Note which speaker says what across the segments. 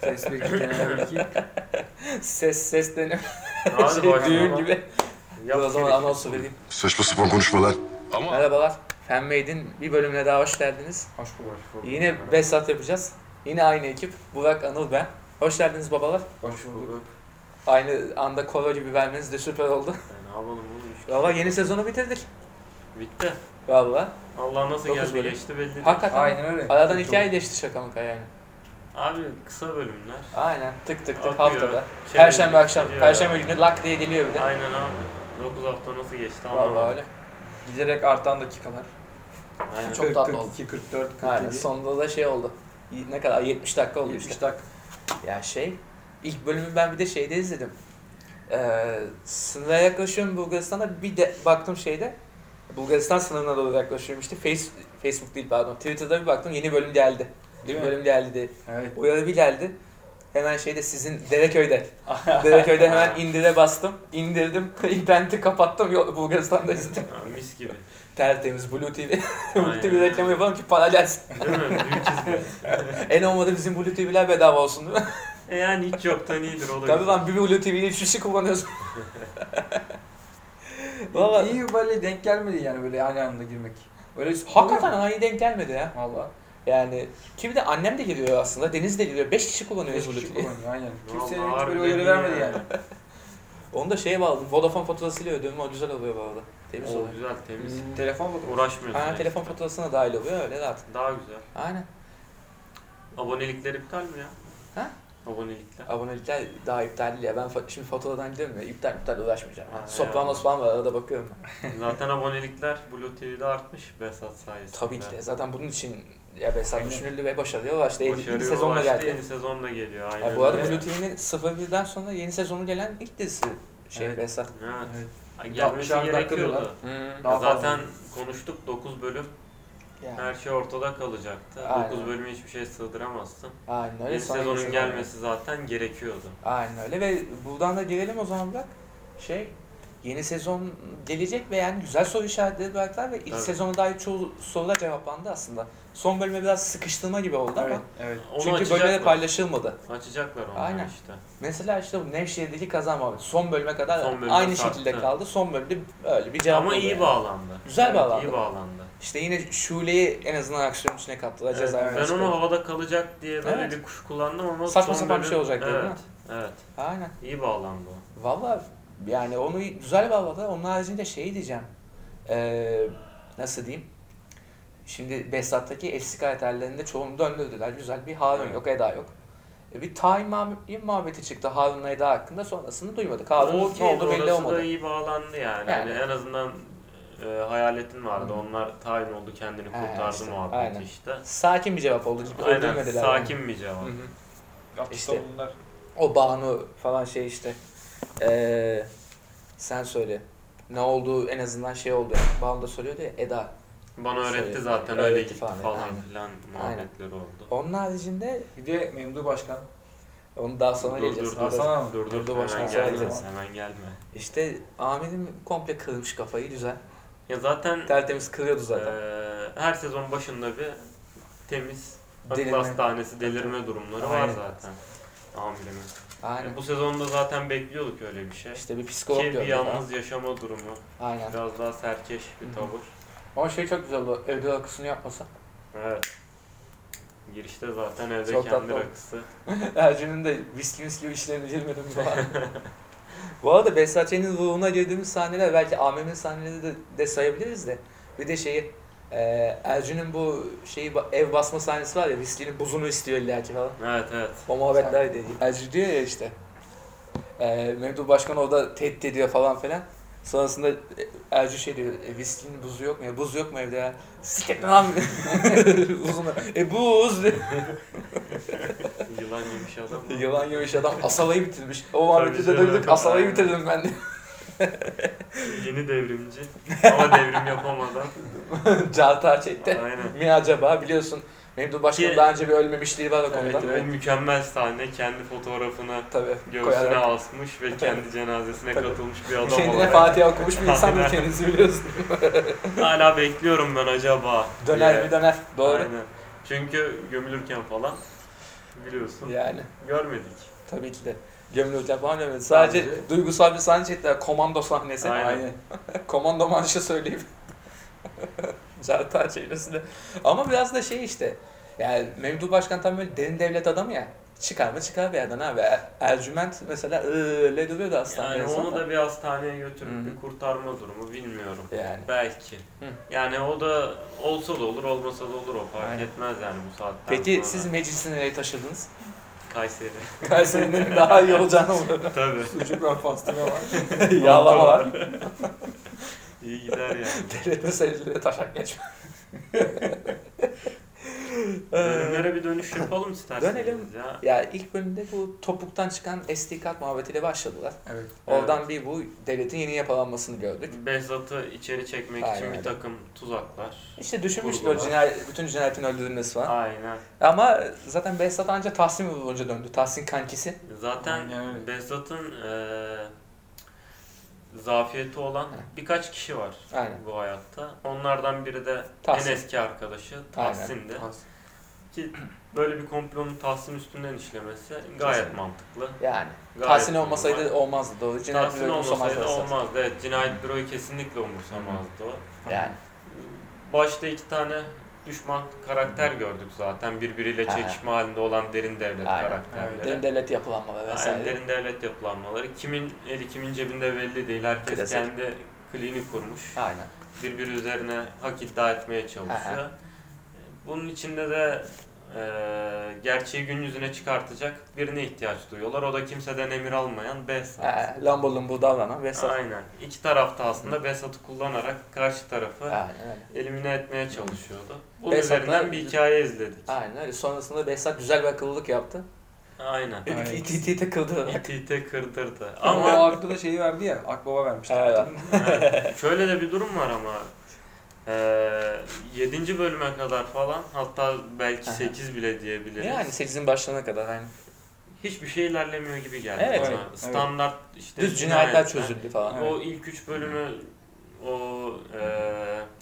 Speaker 1: Ses bekleyen iki.
Speaker 2: Ses ses dönüyor.
Speaker 3: Hadi
Speaker 2: şey,
Speaker 3: bakalım.
Speaker 2: düğün gibi.
Speaker 3: Yap
Speaker 2: Dur o zaman
Speaker 3: bir-
Speaker 2: anonsu vereyim.
Speaker 4: Saçma sapan konuşmalar.
Speaker 2: Merhabalar. Fanmade'in bir bölümüne daha hoş geldiniz.
Speaker 3: Hoş bulduk.
Speaker 2: Yine Besat yapacağız. Yine aynı ekip. Burak, Anıl, ben. Hoş geldiniz babalar.
Speaker 3: Hoş bulduk.
Speaker 2: Aynı anda koro gibi vermeniz de süper oldu.
Speaker 3: Yani, E, ne yapalım oğlum işte.
Speaker 2: Valla yeni sezonu bitirdik.
Speaker 3: Bitti.
Speaker 2: Valla.
Speaker 3: Allah nasıl
Speaker 2: Dokuz
Speaker 3: geldi
Speaker 2: bölüm.
Speaker 3: geçti belli değil.
Speaker 2: Hakikaten.
Speaker 1: Aynen öyle.
Speaker 2: Aradan iki ay geçti şaka maka yani.
Speaker 3: Abi kısa bölümler.
Speaker 2: Aynen. Tık tık tık
Speaker 3: Akıyor.
Speaker 2: haftada.
Speaker 3: Çevirdik,
Speaker 2: Perşembe akşam.
Speaker 3: gidiyor
Speaker 2: Perşembe
Speaker 3: ya.
Speaker 2: günü lak diye geliyor bir de.
Speaker 3: Aynen abi. 9 hafta nasıl geçti
Speaker 2: Valla
Speaker 3: anlamadım.
Speaker 2: öyle.
Speaker 1: Giderek artan dakikalar.
Speaker 3: Aynen.
Speaker 2: Çok tatlı oldu.
Speaker 1: 42, 44, 47.
Speaker 2: Aynen. Sonunda da şey oldu. Ne kadar? 70 dakika oldu işte.
Speaker 1: 70 dakika.
Speaker 2: Ya şey, ilk bölümü ben bir de şeyde izledim. Ee, sınıra yaklaşıyorum Bulgaristan'a bir de baktım şeyde. Bulgaristan sınırına doğru yaklaşıyorum işte. Face, Facebook değil pardon. Twitter'da bir baktım yeni bölüm geldi.
Speaker 1: Değil mi?
Speaker 2: bölüm geldi diye.
Speaker 1: Evet.
Speaker 2: Uyarı bir geldi. Hemen şeyde sizin Dereköy'de. Dereköy'de hemen indire bastım. İndirdim. İnterneti kapattım. Yo- Bulgaristan'da izledim.
Speaker 3: Ha, mis gibi.
Speaker 2: Tertemiz Blue TV. Blue
Speaker 3: Aynen.
Speaker 2: TV reklamı yapalım ki para gelsin.
Speaker 3: Değil mi? Büyük hizmet.
Speaker 2: En olmadı bizim Blue TV'ler bedava olsun değil mi?
Speaker 3: E yani hiç yoktan iyidir olabilir.
Speaker 2: Tabii lan bir Blue TV'yi üç kişi şey kullanıyorsun. Valla
Speaker 1: İyi böyle denk gelmedi yani böyle aynı anda girmek. Öyle
Speaker 2: hakikaten aynı denk gelmedi ya.
Speaker 1: Valla.
Speaker 2: Yani kim de annem de giriyor aslında, Deniz de giriyor. Beş kişi şey. kullanıyoruz
Speaker 1: Beş
Speaker 2: Blue
Speaker 1: kişi
Speaker 2: TV'yi.
Speaker 1: kullanıyor aynen.
Speaker 3: Vallahi
Speaker 1: Kimse hiç böyle
Speaker 3: harbiden
Speaker 1: uyarı
Speaker 3: iyi
Speaker 1: vermedi yani.
Speaker 2: Onu da şeye bağladım, Vodafone faturasıyla ödüyorum, o güzel oluyor bu arada. Temiz
Speaker 3: O
Speaker 2: oluyor.
Speaker 3: Oh, güzel temiz.
Speaker 1: Hmm, Telefon bakın.
Speaker 3: Uğraşmıyorsun.
Speaker 2: Ha,
Speaker 3: yani.
Speaker 2: telefon faturasına dahil oluyor, öyle rahat.
Speaker 3: Daha güzel.
Speaker 2: Aynen.
Speaker 3: Abonelikler iptal mi ya?
Speaker 2: Ha?
Speaker 3: Abonelikler.
Speaker 2: Abonelikler daha iptal değil ya. Ben fa- şimdi faturadan gidiyorum ya, iptal iptal uğraşmayacağım.
Speaker 3: Ha,
Speaker 2: Yani. Sopranos
Speaker 3: ya.
Speaker 2: falan var, arada bakıyorum. ben.
Speaker 3: Zaten abonelikler Blue TV'de artmış Besat sayesinde.
Speaker 2: Tabii ki de. Zaten bunun için ya Besat
Speaker 1: Aynen.
Speaker 2: düşünüldü ve başarıya ulaştı.
Speaker 3: Başarıya
Speaker 2: Yeni sezonla
Speaker 3: ulaştı,
Speaker 2: geldi.
Speaker 3: Yeni sezonla geliyor. Aynen.
Speaker 2: Ya bu arada
Speaker 3: öyle.
Speaker 2: Blue TV'nin 01'den sonra yeni sezonu gelen ilk dizisi şey
Speaker 1: Evet.
Speaker 2: Besat.
Speaker 3: Evet.
Speaker 1: Evet.
Speaker 3: Ay,
Speaker 1: Yapmış
Speaker 3: Gelmesi
Speaker 1: abi, dakika
Speaker 3: gerekiyordu.
Speaker 2: Hmm.
Speaker 1: Daha
Speaker 3: Zaten konuştuk 9 bölüm
Speaker 2: Yani.
Speaker 3: her şey ortada kalacaktı.
Speaker 2: Aynen.
Speaker 3: 9 bölüme hiçbir şey sığdıramazsın.
Speaker 2: Aynen öyle. şey
Speaker 3: Yeni
Speaker 2: sonra
Speaker 3: sezonun
Speaker 2: sezon
Speaker 3: gelmesi zaten gerekiyordu.
Speaker 2: geliyor. Aynen öyle ve buradan da gelelim o zaman bak. Şey yeni sezon gelecek ve yani güzel soru işaretleri bıraktılar ve ilk
Speaker 3: Tabii.
Speaker 2: sezona dair çoğu sorular cevaplandı aslında. Son bölüme biraz sıkıştırma gibi oldu
Speaker 1: Evet,
Speaker 2: ama.
Speaker 1: evet.
Speaker 3: Onu
Speaker 2: Çünkü
Speaker 3: açacaklar.
Speaker 2: bölümde paylaşılmadı.
Speaker 3: Açacaklar onu
Speaker 2: Aynen.
Speaker 3: işte.
Speaker 2: Mesela işte bu Nevşehir'deki kaza muhabbeti son bölüme kadar
Speaker 3: Son bölüme
Speaker 2: aynı
Speaker 3: sarktı.
Speaker 2: şekilde kaldı. Son bölümde öyle bir cevap
Speaker 3: Ama
Speaker 2: oldu
Speaker 3: iyi
Speaker 2: yani.
Speaker 3: bağlandı.
Speaker 2: Güzel
Speaker 3: Evet,
Speaker 2: bağlandı.
Speaker 3: İyi bağlandı.
Speaker 2: İşte yine Şule'yi en azından aksiyonun içine kattılar.
Speaker 3: Evet,
Speaker 2: Ceza
Speaker 3: ben
Speaker 2: vermesi
Speaker 3: onu havada kalacak diye böyle
Speaker 2: Evet.
Speaker 3: bir kuş kullandım ama
Speaker 2: Saçma
Speaker 3: son
Speaker 2: sapan bir
Speaker 3: bölüm-
Speaker 2: şey olacak diye,
Speaker 3: evet,
Speaker 2: değil mi?
Speaker 3: Evet.
Speaker 2: Aynen.
Speaker 3: İyi bağlandı o.
Speaker 2: Valla yani onu güzel bağladı. Onun haricinde şey diyeceğim. Ee, nasıl diyeyim? Şimdi Besat'taki eski karakterlerinde çoğunu döndürdüler. Güzel bir Harun
Speaker 3: Evet.
Speaker 2: yok, Eda yok. E, Bir Time muhab- muhabbeti çıktı Harun'la Eda hakkında. Sonrasını duymadık. Harun ne
Speaker 3: okeydi,
Speaker 2: oldu belli
Speaker 3: orası da
Speaker 2: olmadı.
Speaker 3: iyi bağlandı yani.
Speaker 2: Yani.
Speaker 3: yani. en azından e, hayaletin vardı.
Speaker 2: Hı.
Speaker 3: Onlar tayin oldu kendini
Speaker 2: Ha,
Speaker 3: kurtardı
Speaker 2: işte,
Speaker 3: muhabbeti
Speaker 2: aynen.
Speaker 3: işte.
Speaker 2: Sakin bir cevap oldu.
Speaker 3: Aynen
Speaker 2: Öldürmediler
Speaker 3: sakin
Speaker 2: yani.
Speaker 3: bir cevap.
Speaker 2: Hı hı.
Speaker 1: İşte. bunlar.
Speaker 2: O Banu falan şey işte. Ee, sen söyle. Ne olduğu en azından şey oldu. Banu da söylüyordu ya Eda.
Speaker 3: Bana öğretti
Speaker 2: Söyle-
Speaker 3: zaten
Speaker 2: öğretti
Speaker 3: öyle gitti
Speaker 2: falan,
Speaker 3: falan,
Speaker 2: aynen.
Speaker 3: filan muhabbetleri oldu.
Speaker 2: Onun haricinde
Speaker 1: Bir de Memdu Başkan.
Speaker 2: onu daha sonra
Speaker 3: dur
Speaker 2: geleceğiz.
Speaker 3: dur
Speaker 2: Daha
Speaker 3: dur.
Speaker 2: sonra-
Speaker 1: Hasan abi.
Speaker 3: Dur dur,
Speaker 2: Durdu, başına
Speaker 3: hemen gelme.
Speaker 2: söyleyeceğiz.
Speaker 3: Hemen gelme.
Speaker 2: İşte Ahmet'im komple kırmış kafayı güzel.
Speaker 3: Ya zaten
Speaker 2: Tertemiz kırıyordu zaten.
Speaker 3: e, her sezon başında bir temiz akıl
Speaker 2: Delirme.
Speaker 3: hastanesi delirme durumları var
Speaker 2: Aynen.
Speaker 3: zaten. Amirimin.
Speaker 2: Aynen.
Speaker 3: Bu sezonda zaten bekliyorduk öyle bir şey.
Speaker 2: İşte bir psikolog
Speaker 3: Ki bir
Speaker 2: gördük.
Speaker 3: yalnız yaşama durumu.
Speaker 2: ha. Aynen.
Speaker 3: Biraz daha serkeş
Speaker 2: Hı hı.
Speaker 3: bir tavır.
Speaker 2: Ama şey çok güzel oldu. Ödül akısını yapmasa.
Speaker 3: Evet. Girişte zaten evde
Speaker 2: Çok
Speaker 3: kendi
Speaker 2: tatlı.
Speaker 3: rakısı.
Speaker 2: Ercün'ün de viski viski işlerine girmedim falan. Bu arada Besatçı'nın ruhuna girdiğimiz sahneler belki AMM'in sahneleri de, de sayabiliriz de. Bir de şeyi e, Ercün'ün bu şeyi ba- ev basma sahnesi var ya viskinin buzunu istiyor illa ki falan.
Speaker 3: Evet evet.
Speaker 2: O muhabbetler de iyi. Ercü diyor ya işte. E, Memduh Başkan orada tehdit ediyor falan filan. Sonrasında e, Ercü şey diyor, e, viskinin buzu yok mu? ya? Buz yok mu evde ya? Siktir lan! Buzunu. E buz!
Speaker 3: Yılan yemiş adam.
Speaker 2: Yılan yemiş adam asalayı bitirmiş. O muhabbeti de
Speaker 3: canım.
Speaker 2: duyduk asalayı bitirdim ben de.
Speaker 3: Yeni devrimci. Ama devrim yapamadan.
Speaker 2: Cartar çekti.
Speaker 3: Aynen.
Speaker 2: Mi acaba biliyorsun Memduh Başkan'ın
Speaker 3: Ki-
Speaker 2: daha önce bir ölmemişliği var o konuda.
Speaker 3: Evet, o mükemmel sahne kendi fotoğrafını
Speaker 2: Tabii.
Speaker 3: göğsüne
Speaker 2: Koyarak.
Speaker 3: asmış ve kendi cenazesine
Speaker 2: Tabii.
Speaker 3: katılmış bir adam
Speaker 2: Kendine
Speaker 3: olarak.
Speaker 2: Fatiha okumuş bir insandır
Speaker 3: Aynen.
Speaker 2: kendisi biliyorsun.
Speaker 3: Hala bekliyorum ben acaba.
Speaker 2: Döner
Speaker 3: diye.
Speaker 2: mi döner. Doğru.
Speaker 3: Aynen. Çünkü gömülürken falan biliyorsun.
Speaker 2: Yani
Speaker 3: Görmedik.
Speaker 2: tabii ki de gömülürken falan görmedim. Sadece
Speaker 1: Sadece-
Speaker 2: duygusal bir sahne çektiler. Komando sahnesi.
Speaker 3: Aynen.
Speaker 2: Komando marşı söyleyip Cartar çevresinde. Ama biraz da şey işte. Yani Memduh Başkan tam böyle derin devlet adamı ya. Çıkar mı çıkar bir yerden abi. Er- Ercüment mesela öyle duruyordu hastanede.
Speaker 3: Yani
Speaker 2: sonra.
Speaker 3: onu da bir hastaneye götürüp
Speaker 2: Hı hı.
Speaker 3: bir kurtarma durumu bilmiyorum.
Speaker 2: Yani.
Speaker 3: Belki.
Speaker 2: Hı.
Speaker 3: Yani o da olsa da olur, olmasa da olur o fark
Speaker 2: Aynen.
Speaker 3: etmez yani bu saatten
Speaker 2: Peki
Speaker 3: sonra.
Speaker 2: siz meclisi nereye taşıdınız?
Speaker 3: Kayseri.
Speaker 2: Kayseri'nin daha iyi olacağını umuyorum.
Speaker 3: Tabii.
Speaker 1: Sucuk var, pastırma var.
Speaker 2: Yağlama var.
Speaker 3: İyi gider yani.
Speaker 2: Devlet meseleleriyle taşak geçme. Ee,
Speaker 3: Bölümlere bir dönüş yapalım isterseniz
Speaker 2: Dönelim.
Speaker 3: ya.
Speaker 2: ya ilk bölümde bu topuktan çıkan SD kart muhabbetiyle başladılar.
Speaker 1: Evet.
Speaker 2: Oradan bir bu devletin yeni yapılanmasını gördük.
Speaker 3: Behzat'ı içeri çekmek
Speaker 2: Aynen
Speaker 3: için
Speaker 2: öyle.
Speaker 3: bir takım tuzaklar.
Speaker 2: İşte düşünmüştü o
Speaker 3: Vurgular.
Speaker 2: cinayet, bütün cinayetin öldürülmesi falan.
Speaker 3: Aynen.
Speaker 2: Ama zaten Behzat anca Tahsin vurunca döndü. Tahsin kankisi.
Speaker 3: Zaten
Speaker 1: Aynen öyle.
Speaker 3: Behzat'ın eee zafiyeti olan birkaç kişi var
Speaker 2: Aynen.
Speaker 3: bu hayatta. Onlardan biri de
Speaker 2: Tahsin.
Speaker 3: en eski arkadaşı
Speaker 2: Aynen.
Speaker 3: Tahsin'di.
Speaker 1: Tahsin.
Speaker 3: Ki böyle bir komplonun Tahsin üstünden işlemesi gayet
Speaker 2: Kesinlikle.
Speaker 3: mantıklı.
Speaker 2: Yani.
Speaker 3: Gayet
Speaker 2: Tahsin olmasaydı
Speaker 3: normal.
Speaker 2: olmazdı. Doğru. Cinayet
Speaker 3: Tahsin
Speaker 2: büroyu
Speaker 3: olmasaydı
Speaker 2: umursamazdı.
Speaker 3: olmazdı. Evet, cinayet büroyu kesinlikle umursamazdı o.
Speaker 2: Yani.
Speaker 3: Başta iki tane düşman karakter gördük zaten. Birbiriyle
Speaker 2: Aha.
Speaker 3: çekişme halinde olan derin devlet
Speaker 2: Aynen.
Speaker 3: karakterleri.
Speaker 2: Derin devlet yapılanmaları
Speaker 3: Aynen,
Speaker 2: vesaire.
Speaker 3: derin devlet yapılanmaları. Kimin eli kimin cebinde belli değil. Herkes
Speaker 2: Klasik.
Speaker 3: kendi kliğini kurmuş.
Speaker 2: Aynen.
Speaker 3: Birbiri üzerine hak iddia etmeye çalışıyor.
Speaker 2: Aha.
Speaker 3: Bunun içinde de eee, gerçeği gün yüzüne çıkartacak birine ihtiyaç duyuyorlar. O da kimseden emir almayan Behzat.
Speaker 2: Ee, Lambo lumbo davranan Behzat.
Speaker 3: Aynen. İki tarafta aslında Behzat'ı kullanarak karşı tarafı
Speaker 2: Aynen öyle.
Speaker 3: elimine etmeye çalışıyordu. Bunun
Speaker 2: Behzat'la-
Speaker 3: üzerinden bir hikaye izledik.
Speaker 2: Aynen öyle. Sonrasında Behzat güzel bir akıllılık yaptı.
Speaker 3: Aynen.
Speaker 1: Aynen.
Speaker 2: İti iti iti kıldı.
Speaker 3: İtite kırdırdı.
Speaker 1: Ama o
Speaker 3: Ama
Speaker 1: aklı da şeyi verdi ya. Akbaba vermişti.
Speaker 2: Evet.
Speaker 3: Evet. şöyle de bir durum var ama. Ee, 7. bölüme kadar falan hatta belki
Speaker 2: Aha.
Speaker 3: 8 bile diyebiliriz.
Speaker 2: Yani 8'in başlarına kadar. Aynen.
Speaker 3: Hiçbir şey ilerlemiyor gibi geldi
Speaker 2: Evet,
Speaker 3: bana.
Speaker 1: evet.
Speaker 3: Standart işte
Speaker 2: Düz cinayetler
Speaker 3: cinayetler.
Speaker 2: çözüldü falan.
Speaker 1: Evet.
Speaker 3: O ilk 3 bölümü o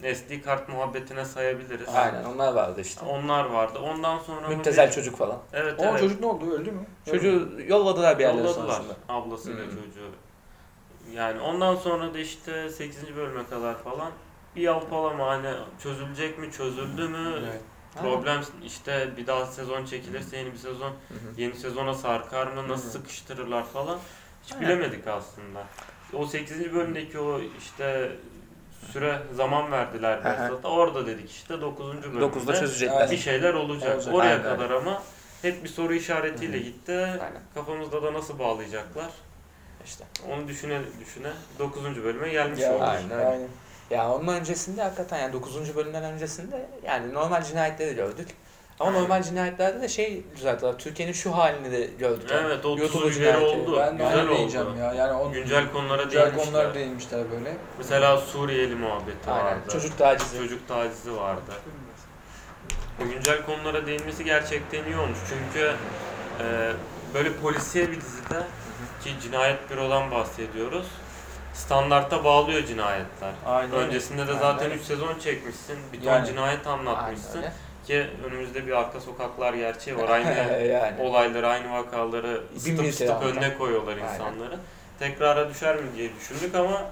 Speaker 3: e, SD kart muhabbetine sayabiliriz.
Speaker 2: Aynen onlar vardı işte.
Speaker 3: Onlar vardı. Ondan sonra mı
Speaker 2: Müptezel
Speaker 3: bir-
Speaker 2: çocuk falan.
Speaker 3: Evet,
Speaker 1: O
Speaker 3: evet.
Speaker 1: çocuk ne oldu? Öldü mü?
Speaker 2: Çocuğu yolladılar bir yerlere
Speaker 3: Yolladılar
Speaker 2: sonrasında.
Speaker 3: ablasıyla
Speaker 2: Hı.
Speaker 3: çocuğu. Yani ondan sonra da işte 8. bölüme kadar falan bir yalpalama hani çözülecek mi çözüldü mü
Speaker 1: Evet.
Speaker 3: problem işte bir daha sezon çekilirse yeni bir sezon
Speaker 2: Hı hı.
Speaker 3: yeni sezona sarkar mı nasıl
Speaker 1: Hı.
Speaker 3: sıkıştırırlar falan hiç
Speaker 2: Aynen.
Speaker 3: bilemedik aslında. O 8. bölümdeki o işte süre zaman verdiler
Speaker 2: Aha.
Speaker 3: Behzat'a orada dedik işte 9. bölümde.
Speaker 2: 9'da
Speaker 1: Aynen.
Speaker 2: çözecekler.
Speaker 3: bir şeyler olacak.
Speaker 1: Olacak.
Speaker 3: Oraya
Speaker 2: Aynen.
Speaker 3: kadar ama hep bir soru işaretiyle gitti.
Speaker 2: Aynen.
Speaker 3: Kafamızda da nasıl bağlayacaklar?
Speaker 2: İşte.
Speaker 3: Onu düşüne düşüne 9. bölüme gelmiş
Speaker 1: Ya,
Speaker 3: olduk.
Speaker 2: Aynen. öyle.
Speaker 1: Aynen.
Speaker 2: Ya onun öncesinde hakikaten yani 9. bölümden öncesinde yani normal cinayetleri gördük. Ama
Speaker 3: Aynen.
Speaker 2: normal cinayetlerde de şey düzelttiler. Türkiye'nin şu halini de gördük. yani.
Speaker 3: Evet, o
Speaker 2: YouTube
Speaker 3: tuzu
Speaker 2: cinayeti.
Speaker 3: yeri oldu.
Speaker 1: Ben de
Speaker 3: Güzel
Speaker 1: aynı
Speaker 3: oldu.
Speaker 1: diyeceğim ya. Yani o
Speaker 3: Güncel konulara
Speaker 1: güncel
Speaker 3: değinmişler.
Speaker 1: konular değinmişler böyle.
Speaker 3: Mesela Suriyeli muhabbeti
Speaker 2: Aynen.
Speaker 3: vardı.
Speaker 2: Çocuk tacizi.
Speaker 3: Çocuk tacizi vardı. O güncel konulara değinmesi gerçekten iyi olmuş. Çünkü e, böyle polisiye bir dizide ki cinayet bürodan bahsediyoruz. Standarta bağlıyor cinayetler.
Speaker 1: Aynen.
Speaker 3: Öncesinde de
Speaker 1: Aynen.
Speaker 3: zaten 3 sezon çekmişsin. Bir ton
Speaker 1: Yani.
Speaker 3: cinayet
Speaker 2: Aynen
Speaker 3: anlatmışsın.
Speaker 2: öyle.
Speaker 3: Ki önümüzde bir arka sokaklar gerçeği var. Aynı
Speaker 2: yani.
Speaker 3: olayları, aynı vakaları
Speaker 2: Bir
Speaker 3: ısıtıp
Speaker 2: milyon
Speaker 3: ısıtıp
Speaker 2: tane
Speaker 3: önüne koyuyorlar
Speaker 2: Aynen.
Speaker 3: insanları. Tekrara düşer mi diye düşündük ama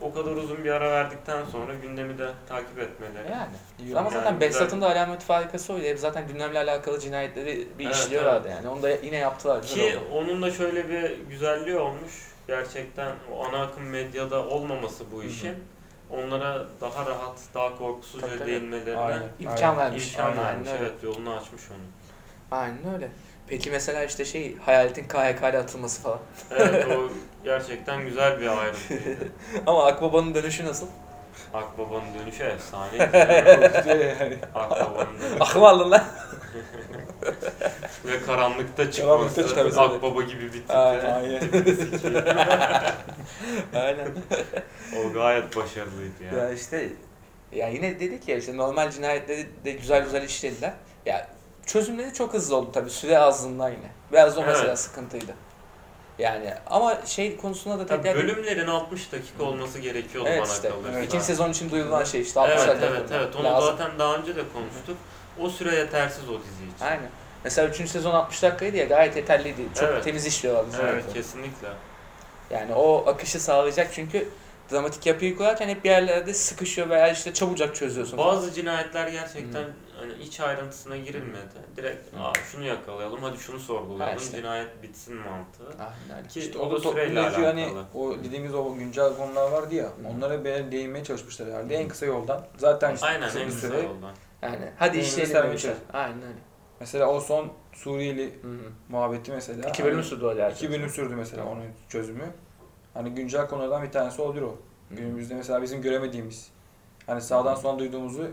Speaker 3: o kadar uzun bir ara verdikten sonra gündemi de takip etmeleri.
Speaker 2: Yani.
Speaker 1: İyi
Speaker 2: Ama
Speaker 1: oldu.
Speaker 2: zaten
Speaker 3: Yani
Speaker 2: Behzat'ın da alamet farikası oydu. Hep zaten gündemle alakalı cinayetleri bir
Speaker 3: Evet,
Speaker 2: işliyorlardı yani. Onu da yine yaptılar. Güzel
Speaker 3: Ki
Speaker 2: oldu.
Speaker 3: onun da şöyle bir güzelliği olmuş. Gerçekten o ana akım medyada olmaması bu işin. Onlara daha rahat, daha korkusuzca
Speaker 2: Tabii, tabii.
Speaker 3: değinmelerine
Speaker 1: Aynen.
Speaker 2: İmkan vermiş.
Speaker 3: imkan
Speaker 2: Aynen
Speaker 3: vermiş.
Speaker 2: öyle.
Speaker 3: Evet yolunu açmış onu.
Speaker 2: Aynen öyle. Peki mesela işte şey hayaletin KHK'ya atılması falan.
Speaker 3: Evet o gerçekten güzel bir ayrıntıydı.
Speaker 2: Ama Akbaba'nın dönüşü nasıl?
Speaker 3: Akbaba'nın dönüşü efsaneydi.
Speaker 1: Yani.
Speaker 3: Akbaba'nın dönüşü.
Speaker 2: Akım aldın lan.
Speaker 3: Ve karanlıkta
Speaker 1: Karanlıkta
Speaker 3: çıkması.
Speaker 1: çıkması, evet.
Speaker 3: Akbaba gibi bir tip.
Speaker 2: Aynen.
Speaker 1: Aynen.
Speaker 2: Aynen.
Speaker 3: O gayet başarılıydı yani.
Speaker 2: ya işte ya yine dedik ya işte normal cinayetleri de güzel güzel işlediler. Ya çözümleri çok hızlı oldu tabii süre azlığından yine. Biraz da o mesela
Speaker 3: Evet.
Speaker 2: sıkıntıydı. Yani ama şey konusunda da
Speaker 3: Tabii
Speaker 2: tekrar
Speaker 3: bölümlerin 60 dakika olması gerekiyordu
Speaker 2: Evet
Speaker 3: bana
Speaker 2: işte.
Speaker 3: kalırsa.
Speaker 1: Evet.
Speaker 2: ikinci sezon için duyurulan şey işte 60
Speaker 3: Evet
Speaker 2: dakika
Speaker 3: evet evet onu
Speaker 2: lazım.
Speaker 3: zaten daha önce de konuştuk. O süre yetersiz o dizi için.
Speaker 2: Aynen. Mesela 3. sezon 60 dakikaydı ya gayet yeterliydi. Çok
Speaker 3: Evet.
Speaker 2: temiz işliyorlardı
Speaker 3: Evet
Speaker 2: sürekli.
Speaker 3: kesinlikle.
Speaker 2: Yani o akışı sağlayacak çünkü dramatik yapıyı kurarken hep bir yerlerde sıkışıyor veya işte çabucak çözüyorsun.
Speaker 3: Bazı cinayetler gerçekten hani iç ayrıntısına girilmedi. Direkt
Speaker 2: Hı.
Speaker 3: Aa, şunu yakalayalım hadi şunu sorgulayalım
Speaker 2: Ha, işte.
Speaker 3: cinayet bitsin mantığı.
Speaker 2: Aynen öyle.
Speaker 3: Ki
Speaker 1: İşte
Speaker 3: o,
Speaker 1: o
Speaker 3: da
Speaker 1: da
Speaker 3: süreyle
Speaker 1: toplumdaki
Speaker 3: alakalı.
Speaker 1: hani o dediğimiz o güncel konular vardı ya onlara be- değinmeye çalışmışlar herhalde en kısa yoldan. Zaten işte
Speaker 3: Aynen
Speaker 1: kısa
Speaker 3: en
Speaker 1: bir
Speaker 3: kısa
Speaker 1: süre.
Speaker 3: yoldan.
Speaker 2: Yani hadi
Speaker 1: Neyini
Speaker 2: işleyelim
Speaker 1: servis
Speaker 2: demişler.
Speaker 1: et.
Speaker 2: Aynen öyle.
Speaker 1: Mesela o son Suriyeli
Speaker 2: Hı hı.
Speaker 1: muhabbeti mesela.
Speaker 2: İki bölüm
Speaker 1: Hani
Speaker 2: sürdü o yani.
Speaker 1: iki bölüm sürdü mesela onun çözümü. Hani güncel konulardan bir tanesi olur o.
Speaker 2: Hı.
Speaker 1: Günümüzde mesela bizim göremediğimiz hani sağdan sola duyduğumuzu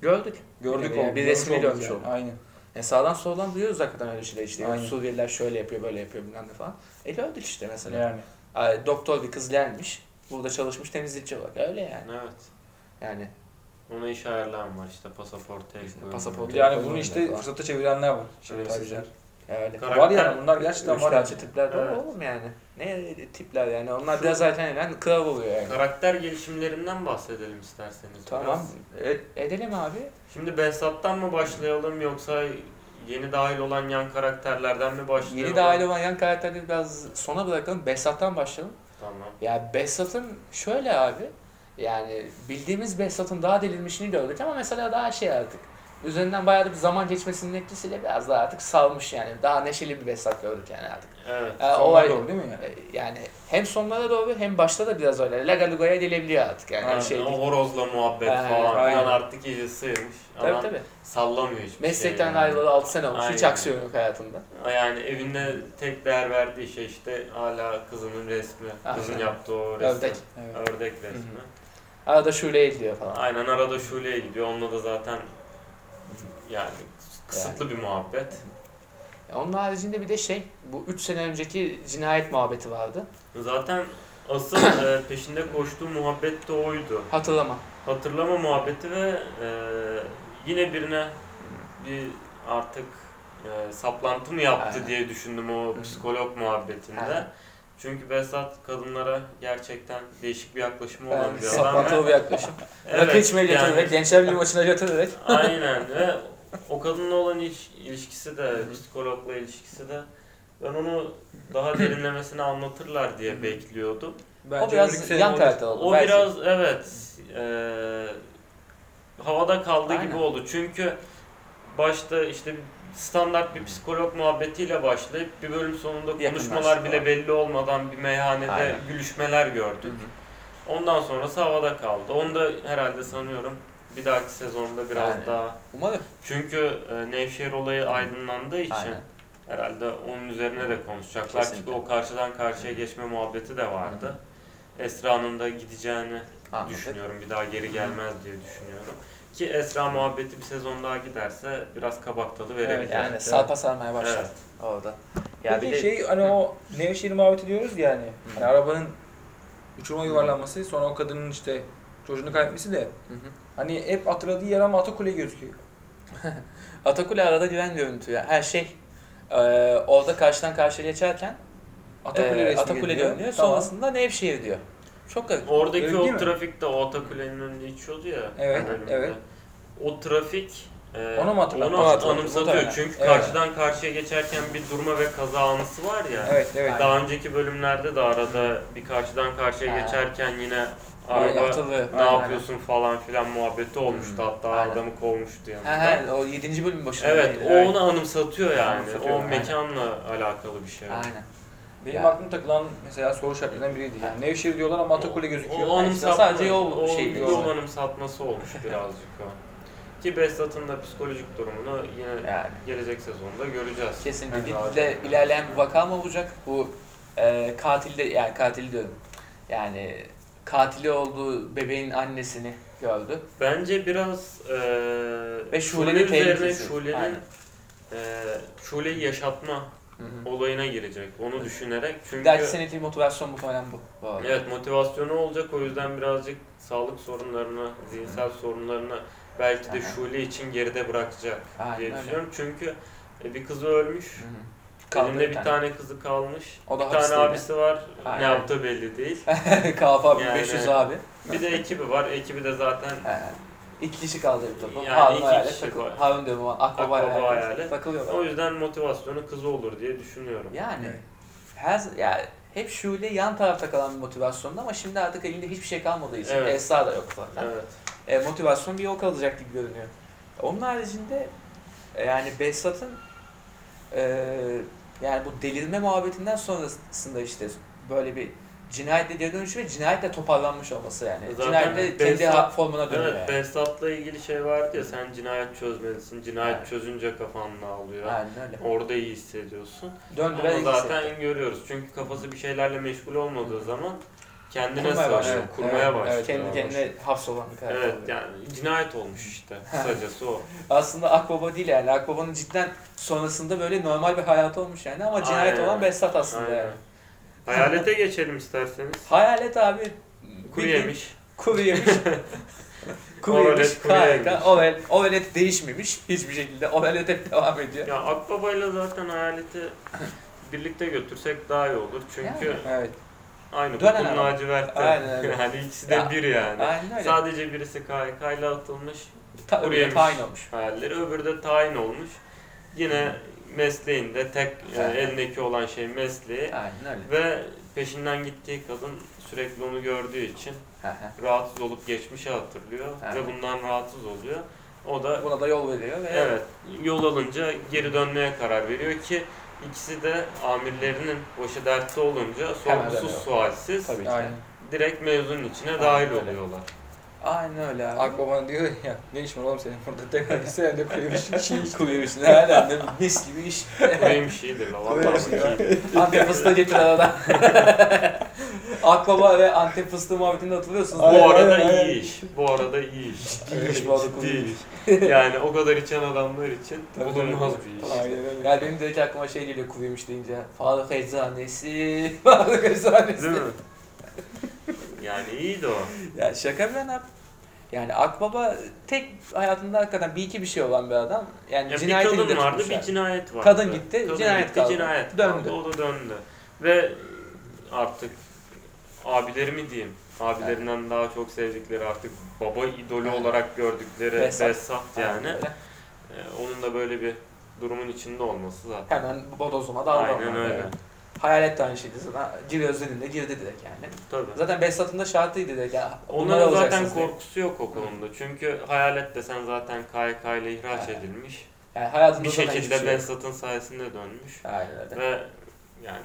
Speaker 2: Gördük.
Speaker 1: gördük
Speaker 2: Yani
Speaker 1: o.
Speaker 2: bir resmi görmüş olduk.
Speaker 1: Aynen.
Speaker 2: Yani sağdan soldan duyuyoruz hakikaten öyle şeyler işte.
Speaker 1: Aynen.
Speaker 2: Suriyeliler şöyle yapıyor böyle yapıyor bilmem ne falan. E gördük işte mesela.
Speaker 1: Yani.
Speaker 2: Ay, Doktor bir kız gelmiş. Burada çalışmış temizlikçi olarak. Öyle yani.
Speaker 3: Evet.
Speaker 2: Yani
Speaker 3: Ona iş ayarlayan var işte pasaport el koyma.
Speaker 2: Pasaport-
Speaker 1: Yani bunu işte fırsata çevirenler var.
Speaker 3: Şerefsizler.
Speaker 1: Şerefsizler.
Speaker 2: öyle.
Speaker 3: Karakter-
Speaker 1: Var yani bunlar gerçekten var.
Speaker 2: Üçkağıtçı
Speaker 1: yani.
Speaker 2: tipler var
Speaker 3: Evet.
Speaker 2: oğlum yani. Ne tipler yani. Onlar biraz zaten yani kral oluyor yani.
Speaker 3: Karakter gelişimlerinden bahsedelim isterseniz.
Speaker 2: Tamam.
Speaker 3: biraz.
Speaker 2: E- edelim abi.
Speaker 3: Şimdi Behzat'tan mı başlayalım yoksa yeni dahil olan yan karakterlerden mi başlayalım?
Speaker 2: Yeni dahil olan yan karakterleri biraz sona bırakalım. Behzat'tan başlayalım.
Speaker 3: Tamam.
Speaker 2: Ya Behzat'ın şöyle abi. Yani bildiğimiz Behzat'ın daha delilmişini gördük ama mesela daha şey artık. Üzerinden bayağı da bir zaman geçmesinin etkisiyle biraz daha artık salmış yani. Daha neşeli bir Behzat gördük yani artık.
Speaker 3: Evet.
Speaker 2: E, o
Speaker 1: Sonlara
Speaker 2: ay-
Speaker 1: doğru değil mi yani?
Speaker 2: e, yani hem sonlara doğru hem başta da biraz öyle. Lagaluga'ya gelebiliyor artık yani.
Speaker 3: Yani
Speaker 2: şey
Speaker 3: o
Speaker 2: değil.
Speaker 3: horozla muhabbet
Speaker 2: Aynen,
Speaker 3: falan.
Speaker 1: aynen.
Speaker 3: Aynen. artık iyice sıyırmış.
Speaker 2: Tabii
Speaker 3: Adam
Speaker 2: tabii.
Speaker 3: sallamıyor hiçbir şey.
Speaker 2: Meslekten
Speaker 3: yani.
Speaker 2: ayrılalı 6 sene olmuş. Hiç
Speaker 3: Aynen.
Speaker 2: aksiyon yok hayatında.
Speaker 3: Yani evinde tek değer verdiği şey işte hala kızının resmi. Kızın
Speaker 2: Aynen.
Speaker 3: yaptığı o resim.
Speaker 2: Ördek.
Speaker 1: Evet.
Speaker 3: Ördek resmi.
Speaker 2: Arada Şule'ye gidiyor falan.
Speaker 3: Aynen arada Şule'ye gidiyor. Onunla da zaten yani kısıtlı bir muhabbet.
Speaker 2: E, Onun haricinde bir de şey, bu 3 sene önceki cinayet muhabbeti vardı.
Speaker 3: Zaten asıl e, peşinde koştuğu muhabbet de oydu.
Speaker 2: Hatırlama.
Speaker 3: Hatırlama muhabbeti ve e, yine birine bir artık e, saplantı mı yaptı
Speaker 2: Aynen.
Speaker 3: diye düşündüm o
Speaker 2: hı.
Speaker 3: psikolog muhabbetinde.
Speaker 2: Aynen.
Speaker 3: Çünkü Besat kadınlara gerçekten değişik bir yaklaşımı olan
Speaker 2: Yani
Speaker 3: bir adam.
Speaker 2: saplantılı bir yaklaşım.
Speaker 3: Evet,
Speaker 2: Rakı içmeye
Speaker 3: yani-
Speaker 2: götürerek, gençler birliği maçına götürerek.
Speaker 3: Aynen ve o kadınla olan iş- ilişkisi de, psikologla ilişkisi de ben onu daha derinlemesine anlatırlar diye bekliyordum.
Speaker 2: o
Speaker 1: önümüzdeki
Speaker 2: biraz
Speaker 1: sene
Speaker 2: yan
Speaker 1: olur.
Speaker 2: karakter oldu.
Speaker 3: O
Speaker 2: belki.
Speaker 3: biraz evet eee, havada kaldı
Speaker 2: Aynen.
Speaker 3: gibi oldu. Çünkü başta işte standart bir psikolog muhabbetiyle başlayıp bir bölüm sonunda
Speaker 2: Yakınlaştı
Speaker 3: konuşmalar bile
Speaker 2: falan.
Speaker 3: belli olmadan bir meyhanede
Speaker 2: Aynen.
Speaker 3: gülüşmeler gördük. Ondan sonrası havada kaldı. Onu da herhalde sanıyorum bir dahaki sezonda biraz
Speaker 2: Aynen.
Speaker 3: daha
Speaker 2: Umarım.
Speaker 3: çünkü e, Nevşehir olayı aydınlandığı için
Speaker 2: Aynen.
Speaker 3: herhalde onun üzerine de konuşacaklar.
Speaker 2: Kesinlikle.
Speaker 3: Çünkü o karşıdan karşıya geçme muhabbeti de vardı. Esra'nın da gideceğini
Speaker 2: Anladık.
Speaker 3: düşünüyorum. Bir daha geri gelmez diye düşünüyorum. Ki Esra muhabbeti bir sezon daha giderse biraz kabak tadı verebilir.
Speaker 2: Yani
Speaker 1: Evet.
Speaker 2: sarpa sarmaya başladı
Speaker 3: Evet.
Speaker 2: orada. Ya
Speaker 1: Ya
Speaker 2: bir
Speaker 1: Peki
Speaker 2: de
Speaker 1: şey hani o Nevşehir muhabbeti diyoruz ya hani. Hani arabanın uçuruma yuvarlanması sonra o kadının işte çocuğunu kaybetmesi de
Speaker 2: Hı hı.
Speaker 1: hani hep hatırladığı yer ama Atakule gözüküyor.
Speaker 2: Atakule arada güven görüntü. ya. Her şey eee, orada karşıdan karşıya geçerken
Speaker 1: Atakule
Speaker 2: eee
Speaker 1: resmi
Speaker 2: Atakule
Speaker 1: geliyor.
Speaker 2: görünüyor.
Speaker 1: Tamam.
Speaker 2: Ee, Sonrasında Nevşehir diyor. Çok garip.
Speaker 3: Oradaki
Speaker 1: Öyle
Speaker 3: o
Speaker 1: değil mi?
Speaker 3: trafikte o Atakule'nin önünde içiyordu ya.
Speaker 1: Evet,
Speaker 3: o bölümde.
Speaker 1: evet.
Speaker 3: O trafik e,
Speaker 1: Onu mu hatırlat-
Speaker 3: onu
Speaker 1: Onu hatırlat-
Speaker 3: anımsatıyor.
Speaker 1: muhtemelen.
Speaker 3: Çünkü
Speaker 1: Evet.
Speaker 3: karşıdan karşıya geçerken bir durma ve kaza anısı var ya.
Speaker 1: Evet evet.
Speaker 3: Daha önceki bölümlerde de arada bir karşıdan karşıya
Speaker 2: Ha.
Speaker 3: geçerken yine
Speaker 2: Aynen,
Speaker 3: araba
Speaker 2: hatırlıyorum.
Speaker 3: ne
Speaker 1: Aynen,
Speaker 3: yapıyorsun falan filan muhabbeti olmuştu hatta
Speaker 2: Aynen.
Speaker 3: adamı kovmuştu yanında.
Speaker 2: Ha, ha, o 7. bölüm başında.
Speaker 3: Evet,
Speaker 2: mıydı?
Speaker 3: o onu anımsatıyor yani.
Speaker 2: Anımsatıyor,
Speaker 3: o
Speaker 2: aynen.
Speaker 3: mekanla alakalı bir şey.
Speaker 2: Aynen.
Speaker 1: Benim
Speaker 2: Yani.
Speaker 1: aklım takılan mesela soru işaretlerinden biriydi. Yani Nevşehir diyorlar ama Atakule gözüküyor.
Speaker 3: O anımsatma,
Speaker 2: sadece o
Speaker 3: o
Speaker 2: şey
Speaker 3: bir
Speaker 2: diyorlar.
Speaker 3: yol anımsatması olmuş birazcık o. Ki Besat'ın da psikolojik durumunu yine
Speaker 2: Yani.
Speaker 3: gelecek sezonda göreceğiz.
Speaker 2: Kesinlikle.
Speaker 3: Evet.
Speaker 2: Bir de ilerleyen bir vaka mı olacak? Bu e, katilde yani katil diyorum. Yani katili olduğu bebeğin annesini gördü.
Speaker 3: Bence biraz eee
Speaker 2: Ve Şule'nin
Speaker 3: Şule üzerine
Speaker 2: tehlikesi.
Speaker 3: Şule'nin
Speaker 2: Aynen.
Speaker 3: eee Şule'yi yaşatma olayına girecek. Onu düşünerek çünkü
Speaker 2: Belki seneki motivasyon bu falan bu. bu arada.
Speaker 3: evet motivasyonu olacak. O yüzden birazcık sağlık sorunlarını, zihinsel sorunlarını belki de
Speaker 2: Aha.
Speaker 3: Şule için geride bırakacak
Speaker 2: Aynen
Speaker 3: diye
Speaker 2: öyle.
Speaker 3: düşünüyorum. Çünkü e, bir kızı ölmüş.
Speaker 2: Hı hı. Kaldı
Speaker 3: Elinde
Speaker 2: bir
Speaker 3: bir tane. kızı kalmış.
Speaker 2: O da
Speaker 3: bir tane
Speaker 2: hapisteydi.
Speaker 3: abisi var. Ne
Speaker 2: Aynen.
Speaker 3: yaptığı belli değil.
Speaker 2: Kafa
Speaker 3: Yani-
Speaker 2: 1500 abi.
Speaker 3: Bir de ekibi var. Ekibi de zaten
Speaker 2: He. İki kişi kaldırıp topu.
Speaker 3: Yani
Speaker 2: Harun
Speaker 3: iki
Speaker 2: hayalet
Speaker 3: kişi
Speaker 2: takılıyor.
Speaker 3: koy.
Speaker 2: Harun diyorum ama Akbaba
Speaker 3: Akbaba
Speaker 2: hayalet.
Speaker 3: hayalet.
Speaker 2: Takılıyorlar.
Speaker 3: O yüzden motivasyonu kızı olur diye düşünüyorum.
Speaker 2: Yani
Speaker 1: Evet.
Speaker 2: her yani hep Şule yan tarafta kalan bir motivasyonda ama şimdi artık elinde hiçbir şey kalmadığı için
Speaker 3: Evet.
Speaker 2: Esra da yok zaten.
Speaker 3: Evet.
Speaker 2: E, motivasyon bir o kalacak gibi görünüyor. Onun haricinde e, yani Behzat'ın e, yani bu delirme muhabbetinden sonrasında işte böyle bir cinayetle geri dönüşü ve cinayetle toparlanmış olması yani.
Speaker 3: Zaten
Speaker 2: cinayetle kendi
Speaker 3: Behzat-
Speaker 2: ha- formuna dönüyor
Speaker 3: Evet,
Speaker 2: yani.
Speaker 3: Behzat'la ilgili şey vardı ya sen cinayet çözmelisin. Cinayet
Speaker 2: Evet.
Speaker 3: çözünce kafan ağlıyor.
Speaker 2: Aynen öyle.
Speaker 3: Orada iyi hissediyorsun.
Speaker 2: Döndü ben
Speaker 3: Onu zaten görüyoruz. Çünkü kafası bir şeylerle meşgul olmadığı zaman kendine
Speaker 2: Kurmaya
Speaker 3: sarıyor,
Speaker 2: başlıyor.
Speaker 3: kurmaya başlıyor.
Speaker 2: Evet, kendi kendine hapsolan bir karakter
Speaker 3: Evet,
Speaker 2: oluyor.
Speaker 3: yani cinayet olmuş işte. Kısacası o.
Speaker 2: Aslında Akbaba değil yani. Akbaba'nın cidden sonrasında böyle normal bir hayatı olmuş yani ama cinayet
Speaker 3: Aynen.
Speaker 2: olan Behzat aslında
Speaker 3: Aynen.
Speaker 2: yani.
Speaker 3: Hayalete geçelim isterseniz.
Speaker 2: Hayalet abi
Speaker 3: Kuru
Speaker 2: bildiğin-
Speaker 3: yemiş.
Speaker 2: Kuru yemiş. kuru
Speaker 3: Ovalet
Speaker 2: yemiş.
Speaker 3: kuru
Speaker 2: Harika.
Speaker 3: yemiş.
Speaker 2: Ovel, ovelet değişmemiş hiçbir şekilde. Ovelet hep devam ediyor.
Speaker 3: Ya Akbaba'yla zaten hayaleti birlikte götürsek daha iyi olur. Çünkü
Speaker 2: Yani.
Speaker 1: Evet.
Speaker 3: aynı
Speaker 2: Dönen
Speaker 3: kokunun
Speaker 2: adam.
Speaker 3: laciverti.
Speaker 2: Aynen öyle.
Speaker 3: Yani ikisi de
Speaker 2: Ya,
Speaker 3: bir yani.
Speaker 2: Aynen öyle.
Speaker 3: hani Sadece birisi KHK'yla atılmış
Speaker 2: Ta-
Speaker 3: kuru
Speaker 2: öyle
Speaker 3: yemiş.
Speaker 2: tayin olmuş.
Speaker 3: hayalleri, öbürü de tayin olmuş. Yine mesleğinde tek e,
Speaker 2: Aynen.
Speaker 3: elindeki olan şey mesleği
Speaker 2: Aynen öyle.
Speaker 3: ve peşinden gittiği kadın sürekli onu gördüğü için
Speaker 2: Hı hı.
Speaker 3: rahatsız olup geçmişi hatırlıyor
Speaker 2: Aynen.
Speaker 3: ve bundan rahatsız oluyor. O da
Speaker 2: Buna da yol veriyor ve
Speaker 3: evet yol alınca geri dönmeye karar veriyor ki ikisi de amirlerinin başı dertte olunca
Speaker 2: Hemen
Speaker 3: sorgusuz
Speaker 2: dönüyor.
Speaker 3: sualsiz
Speaker 2: tabii ki.
Speaker 1: Aynen.
Speaker 3: direkt mevzunun içine
Speaker 2: Aynen
Speaker 3: dahil
Speaker 2: öyle.
Speaker 3: oluyorlar.
Speaker 2: Aynen öyle abi.
Speaker 1: Akbaban diyor ya ne işin var oğlum senin burada tekrar gitse yani kuru yemiş Şey için iş.
Speaker 2: kuru yemiş. Ne hala ne mis gibi iş.
Speaker 3: Neymiş iyidir la
Speaker 1: Böyle bir
Speaker 3: vallahi.
Speaker 1: şey
Speaker 3: iyidir.
Speaker 2: Antep fıstığı getir arada. Akbaba ve Antep fıstığı muhabbetini hatırlıyorsunuz.
Speaker 1: Aynen,
Speaker 3: Bu arada
Speaker 1: aynen.
Speaker 3: iyi iş. Bu arada iyi iş.
Speaker 2: Ciddi iş bu arada kuru
Speaker 3: Ciddi
Speaker 2: yemiş.
Speaker 3: iş. Yani o kadar içen adamlar için
Speaker 1: Tabii,
Speaker 3: bulunmaz
Speaker 1: tabii.
Speaker 3: bir iş.
Speaker 1: Aynen öyle.
Speaker 2: Yani benim direkt aklıma şey geliyor kuru yemiş deyince. Faruk Eczanesi, Faruk Eczanesi.
Speaker 3: Değil mi? Yani iyiydi o.
Speaker 2: Ya şaka bir yana. Yani Akbaba tek hayatında hakikaten bir iki bir şey olan bir adam. Yani
Speaker 3: Ya bir
Speaker 2: cinayeti
Speaker 3: kadın vardı, bir
Speaker 2: cinayet.
Speaker 3: cinayet vardı.
Speaker 2: Kadın gitti,
Speaker 3: Kadın
Speaker 2: cinayet
Speaker 3: gitti,
Speaker 2: kaldı.
Speaker 3: cinayet
Speaker 2: Döndü.
Speaker 3: kaldı. O da döndü. Ve artık abileri mi diyeyim, abilerinden daha çok sevdikleri artık baba idolü
Speaker 2: Evet.
Speaker 3: olarak gördükleri
Speaker 2: Behzat.
Speaker 3: Behzat yani. Ee, onun da böyle bir durumun içinde olması zaten.
Speaker 2: Hemen bodozuma daldı.
Speaker 3: Aynen
Speaker 2: onlar.
Speaker 3: öyle.
Speaker 2: Evet. Hayalet de aynı şeydi zaten. Giriyoruz dediğinde girdi direkt yani.
Speaker 3: Tabii.
Speaker 2: Zaten Behzat'ın da şartıydı direkt. Yani bunları
Speaker 3: Onların zaten
Speaker 2: alacaksınız diye.
Speaker 3: korkusu yok o konuda. Çünkü hayalet desen zaten KYK ile ihraç
Speaker 2: Evet.
Speaker 3: edilmiş.
Speaker 2: Yani hayatında
Speaker 3: Bir
Speaker 2: zaten hiçbir
Speaker 3: şekilde
Speaker 2: şey yok.
Speaker 3: Behzat'ın sayesinde dönmüş.
Speaker 2: Aynen öyle.
Speaker 3: Ve yani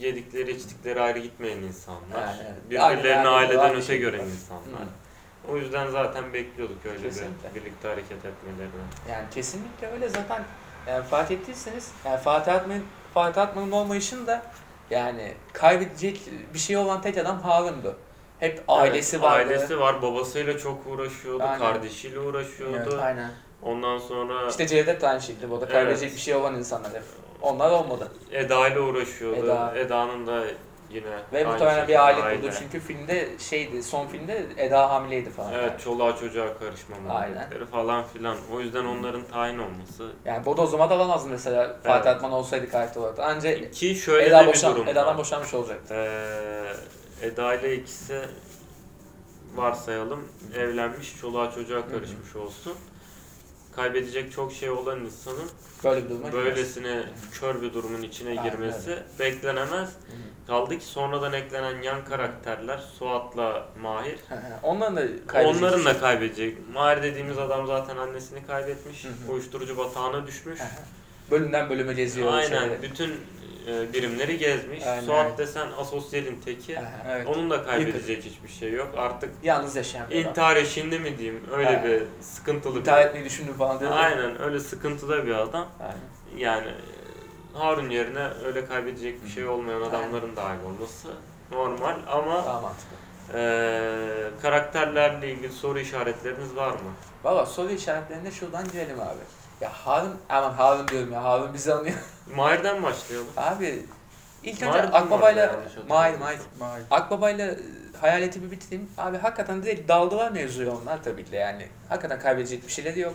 Speaker 3: yedikleri içtikleri ayrı gitmeyen insanlar.
Speaker 2: Aynen öyle.
Speaker 3: Birbirlerini
Speaker 2: Aynen, aynen.
Speaker 3: aileden
Speaker 2: Aynı
Speaker 3: öte
Speaker 2: şey.
Speaker 3: gören insanlar.
Speaker 2: Hı.
Speaker 3: O yüzden zaten bekliyorduk öyle
Speaker 2: Kesinlikle.
Speaker 3: bir birlikte hareket etmelerini.
Speaker 2: Yani kesinlikle öyle zaten yani fark ettiyseniz yani Fatih Atman'ın Fatih Atman'ın olmayışın da yani kaybedecek bir şey olan tek adam Harun'du. Hep ailesi
Speaker 3: Evet,
Speaker 2: vardı.
Speaker 3: Ailesi var. Babasıyla çok uğraşıyordu.
Speaker 2: Aynen.
Speaker 3: Kardeşiyle uğraşıyordu.
Speaker 1: Evet,
Speaker 2: Aynen.
Speaker 3: Ondan sonra
Speaker 2: İşte Cevdet de aynı şekilde bu da
Speaker 3: Evet.
Speaker 2: kaybedecek bir şey olan insanlar hep. Onlar olmadı.
Speaker 3: Eda ile uğraşıyordu.
Speaker 2: Eda.
Speaker 3: Eda'nın da yine
Speaker 2: Ve
Speaker 3: aynı
Speaker 2: muhtemelen
Speaker 3: şekilde
Speaker 2: bir aile kurdu çünkü filmde şeydi, son filmde Eda hamileydi falan.
Speaker 3: Evet çoluğa çocuğa karışma muhabbetleri falan filan. O yüzden onların tayin olması.
Speaker 2: Yani Bodozum'a da alamazdı mesela Fatih
Speaker 3: Evet.
Speaker 2: Atman olsaydı karakter olarak. Ancak
Speaker 3: Ki şöyle
Speaker 2: E, Eda
Speaker 3: de bir
Speaker 2: boşan,
Speaker 3: durum
Speaker 2: Eda'dan
Speaker 3: var.
Speaker 2: boşanmış olacaktı.
Speaker 3: Ee, Eda ile ikisi varsayalım evlenmiş, çoluğa çocuğa karışmış olsun. Kaybedecek çok şey olan insanın
Speaker 2: Böyle bir duruma girmez.
Speaker 3: böylesine kör bir durumun içine
Speaker 2: Aynen
Speaker 3: girmesi beklenemez.
Speaker 2: Hı hı.
Speaker 3: Kaldı ki sonradan eklenen yan karakterler Suat'la Mahir.
Speaker 2: Hı hı. Onların da kaybedecek
Speaker 3: Onların
Speaker 2: bir şey
Speaker 3: da kaybedecek. Mahir dediğimiz adam zaten annesini kaybetmiş.
Speaker 2: Hı hı.
Speaker 3: Uyuşturucu batağına düşmüş.
Speaker 2: Hı hı. bölümden bölüme geziyor.
Speaker 3: Aynen.
Speaker 2: şeyleri.
Speaker 3: Bütün e, birimleri gezmiş.
Speaker 2: Aynen.
Speaker 3: Suat desen asosyalin teki.
Speaker 2: Aha.
Speaker 1: Evet.
Speaker 3: Onun da kaybedecek hiçbir şey yok. Artık
Speaker 2: Yalnız yaşayan bir adam.
Speaker 3: intihar eşiğinde mi diyeyim? Öyle
Speaker 2: Aynen.
Speaker 3: bir sıkıntılı
Speaker 2: İntihar
Speaker 3: bir
Speaker 2: etmeyi düşündüm falan dedi.
Speaker 3: Aynen öyle sıkıntıda bir adam.
Speaker 2: Aynen.
Speaker 3: Yani e, Harun yerine öyle kaybedecek bir şey olmayan adamların dahil olması normal ama
Speaker 2: Daha mantıklı.
Speaker 3: e, karakterlerle ilgili soru işaretleriniz var mı?
Speaker 2: Valla soru işaretlerine şuradan girelim abi. Ya Harun, aman Harun diyorum ya Harun bizi anlıyor.
Speaker 3: Mahir'den başlayalım.
Speaker 2: Abi ilk önce
Speaker 3: Mahir mi orada
Speaker 2: Akbaba'yla,
Speaker 3: yanlış
Speaker 2: Mahir
Speaker 3: hatırlamıyorsam?
Speaker 2: Mahir,
Speaker 1: Vay.
Speaker 2: Akbaba'yla e, hayaleti bir bitireyim. Abi hakikaten direkt daldılar mevzuya onlar tabii ki de yani. Hakikaten kaybedecek bir şeyleri yok.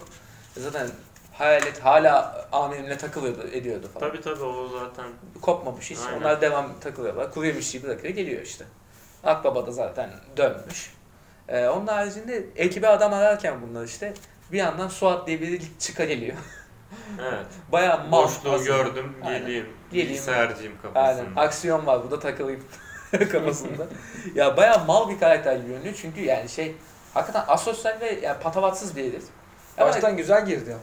Speaker 2: Zaten hayalet hala amirimle takılıyordu, ediyordu falan.
Speaker 3: Tabii tabii o zaten
Speaker 2: kopmamış hiç.
Speaker 3: Aynen.
Speaker 2: Onlar devam takılıyorlar. Kuruyemiş gibi bırakıyor geliyor işte. Akbaba da zaten dönmüş. Ee, onun haricinde ekibe adam ararken bunlar işte bir yandan Suat diye biri çıka geliyor.
Speaker 3: Evet.
Speaker 2: Bayağı mal.
Speaker 3: Boşluğu
Speaker 2: aslında.
Speaker 3: gördüm,
Speaker 2: Aynen.
Speaker 3: geleyim.
Speaker 2: Geleyim.
Speaker 3: Bilgisayarcıyım kafasında.
Speaker 2: Aynen. Aksiyon var burada takılayım kafasında. ya bayağı mal bir karakter gibi görünüyor çünkü yani şey hakikaten asosyal ve yani patavatsız bir herif. Ama-
Speaker 1: Baştan güzel girdi.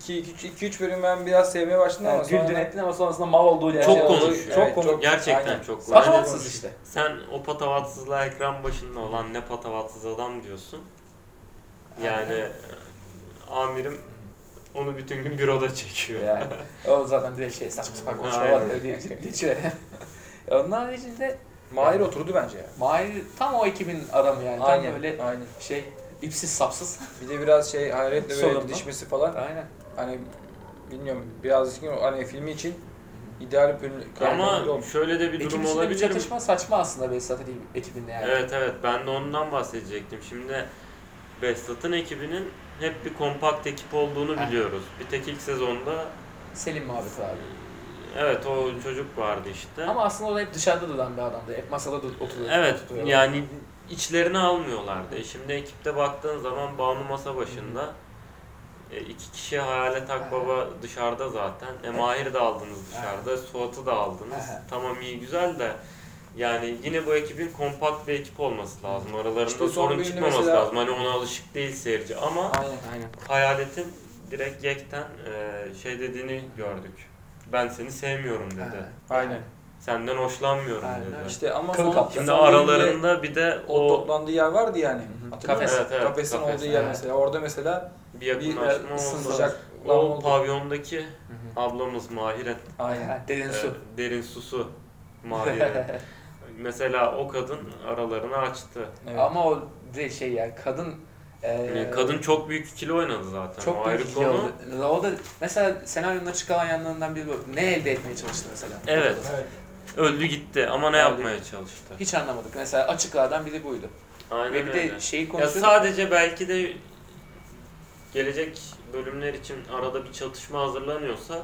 Speaker 1: 2-3 bölüm ben biraz sevmeye başladım ama
Speaker 2: yani
Speaker 1: sonra... hani
Speaker 2: güldün ettin ama sonrasında mal olduğu yani.
Speaker 3: Çok
Speaker 2: şey
Speaker 3: konuşuyor.
Speaker 2: olduğu-
Speaker 3: Çok
Speaker 2: Evet,
Speaker 1: konuşuyor.
Speaker 3: Gerçekten
Speaker 1: Aynen.
Speaker 3: çok
Speaker 1: Aynen.
Speaker 3: Aynen.
Speaker 2: Patavatsız işte.
Speaker 3: Sen o patavatsızlığa ekran başında olan ne patavatsız adam diyorsun. Yani e, amirim onu bütün gün büroda çekiyor.
Speaker 2: Yani. O zaten direkt şey saçma sapan konuşmalar
Speaker 3: Aynen.
Speaker 2: diye diye- diye- diye. Onun haricinde
Speaker 1: Mahir oturdu bence ya.
Speaker 2: Mahir tam o ekibin adamı yani. Tam
Speaker 1: Aynen.
Speaker 2: böyle
Speaker 1: Aynen.
Speaker 2: şey ipsiz sapsız.
Speaker 1: Bir de biraz şey hayretle böyle
Speaker 2: Sorumlu.
Speaker 1: didişmesi falan.
Speaker 2: Aynen.
Speaker 1: Hani bilmiyorum birazcık hani filmi için ideal bir karakter
Speaker 3: Ama
Speaker 1: olmuş.
Speaker 3: şöyle de bir
Speaker 2: İkimizin
Speaker 3: durum
Speaker 2: de bir
Speaker 3: olabilir mi?
Speaker 2: çatışma saçma aslında Behzat Ali ekibinde yani.
Speaker 3: Evet evet ben de ondan bahsedecektim. Şimdi Behzat'ın ekibinin hep bir kompakt ekip olduğunu
Speaker 2: Ha.
Speaker 3: biliyoruz. Bir tek ilk sezonda
Speaker 2: Selim muhabbeti abi.
Speaker 3: evet o çocuk vardı işte.
Speaker 2: Ama aslında o da hep dışarıda duran bir adamdı. Hep masada dur- oturuyor.
Speaker 3: Evet
Speaker 2: oturuyor.
Speaker 3: yani içlerini almıyorlardı. E Şimdi ekipte baktığın zaman Banu masa başında e, iki kişi Hayalet Akbaba dışarıda zaten. E Mahir'i de aldınız dışarıda. Suat'ı da aldınız.
Speaker 2: Aha.
Speaker 3: Tamam iyi güzel de yani yine bu ekibin kompakt bir ekip olması lazım. Aralarında
Speaker 1: İşte son
Speaker 3: sorun
Speaker 1: bölümde
Speaker 3: çıkmaması
Speaker 1: mesela-
Speaker 3: lazım. Hani ona alışık değil seyirci ama
Speaker 1: Aynen.
Speaker 2: Aynen.
Speaker 3: Hayalet'in direkt yekten e, şey dediğini gördük. Ben seni sevmiyorum dedi.
Speaker 2: Ha.
Speaker 1: Aynen.
Speaker 3: Senden hoşlanmıyorum
Speaker 2: Aynen.
Speaker 3: dedi.
Speaker 1: İşte ama
Speaker 2: Kıl
Speaker 1: son-
Speaker 2: kaplı.
Speaker 3: Şimdi
Speaker 1: son bölümde
Speaker 3: aralarında bir de
Speaker 1: o,
Speaker 3: o
Speaker 1: toplandığı yer vardı yani.
Speaker 2: hı.
Speaker 1: Hatırlıyor
Speaker 2: Kafes.
Speaker 1: musun?
Speaker 3: Evet, evet,
Speaker 1: Kafesin
Speaker 3: kafes,
Speaker 1: olduğu yer
Speaker 2: evet.
Speaker 1: mesela. Orada mesela
Speaker 3: bir
Speaker 1: bir e,
Speaker 2: e,
Speaker 3: yakınlaşma oldu.
Speaker 1: ısınacak.
Speaker 3: O pavyondaki ablamız Mahire,
Speaker 1: Aynen.
Speaker 2: Derin
Speaker 3: e,
Speaker 2: su.
Speaker 3: derin susu Mahire. Mesela o kadın aralarını açtı.
Speaker 1: Evet.
Speaker 2: Ama o direkt şey yani kadın e,
Speaker 3: Yani kadın çok büyük ikili oynadı zaten. o
Speaker 2: çok
Speaker 3: ayrı
Speaker 2: büyük
Speaker 3: konu.
Speaker 2: konu. Oldu. O da mesela senaryonun çıkan yanlarından biri bu. ne elde etmeye çalıştı mesela.
Speaker 3: Evet.
Speaker 1: Evet.
Speaker 3: Öldü gitti ama ne
Speaker 2: Öldü.
Speaker 3: yapmaya çalıştı.
Speaker 2: Hiç anlamadık. Mesela açıklardan biri buydu.
Speaker 3: Aynen
Speaker 2: Ve bir
Speaker 3: öyle.
Speaker 2: de şeyi
Speaker 3: Ya
Speaker 2: konuşuyorduk.
Speaker 3: sadece belki de gelecek bölümler için arada bir çatışma hazırlanıyorsa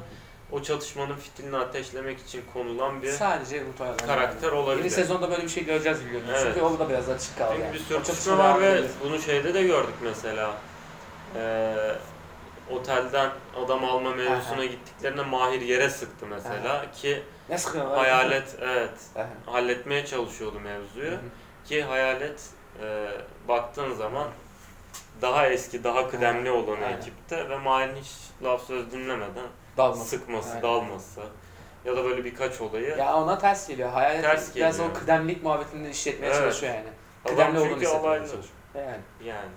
Speaker 3: o çatışmanın fitilini ateşlemek için konulan bir
Speaker 2: Sadece bu tarz.
Speaker 3: karakter
Speaker 2: Yeni
Speaker 3: olabilir.
Speaker 2: sezonda böyle bir şey göreceğiz gibi görünüyor.
Speaker 3: Evet.
Speaker 2: Çünkü orada biraz açık kaldı.
Speaker 3: Çünkü
Speaker 2: yani.
Speaker 3: bir
Speaker 2: O
Speaker 3: sürtüşme
Speaker 2: çatışma
Speaker 3: var
Speaker 2: devam
Speaker 3: ve
Speaker 2: ediyor.
Speaker 3: bunu şeyde de gördük mesela. Ee, otelden adam alma mevzusuna gittiklerinde Mahir yere sıktı mesela ki
Speaker 2: ne sıkıyorlar?
Speaker 3: hayalet evet
Speaker 2: Aha.
Speaker 3: halletmeye çalışıyordu mevzuyu
Speaker 2: Hı hı.
Speaker 3: ki hayalet e, baktığın zaman daha eski daha kıdemli olan
Speaker 2: Aynen.
Speaker 3: ekipte ve Mahir'in hiç laf söz dinlemeden
Speaker 2: Dalması.
Speaker 3: sıkması,
Speaker 2: Aynen.
Speaker 3: dalması ya da böyle birkaç olayı.
Speaker 2: Ya ona ters geliyor. Hayalet
Speaker 3: Ters
Speaker 2: biraz
Speaker 3: geliyor.
Speaker 2: o kıdemlik muhabbetini işletmeye
Speaker 3: Evet.
Speaker 2: çalışıyor yani.
Speaker 3: Adam
Speaker 2: Kıdemli olduğunu
Speaker 3: çünkü
Speaker 2: hissetmeye
Speaker 3: alaylı.
Speaker 2: çalışıyor. Yani.
Speaker 3: Yani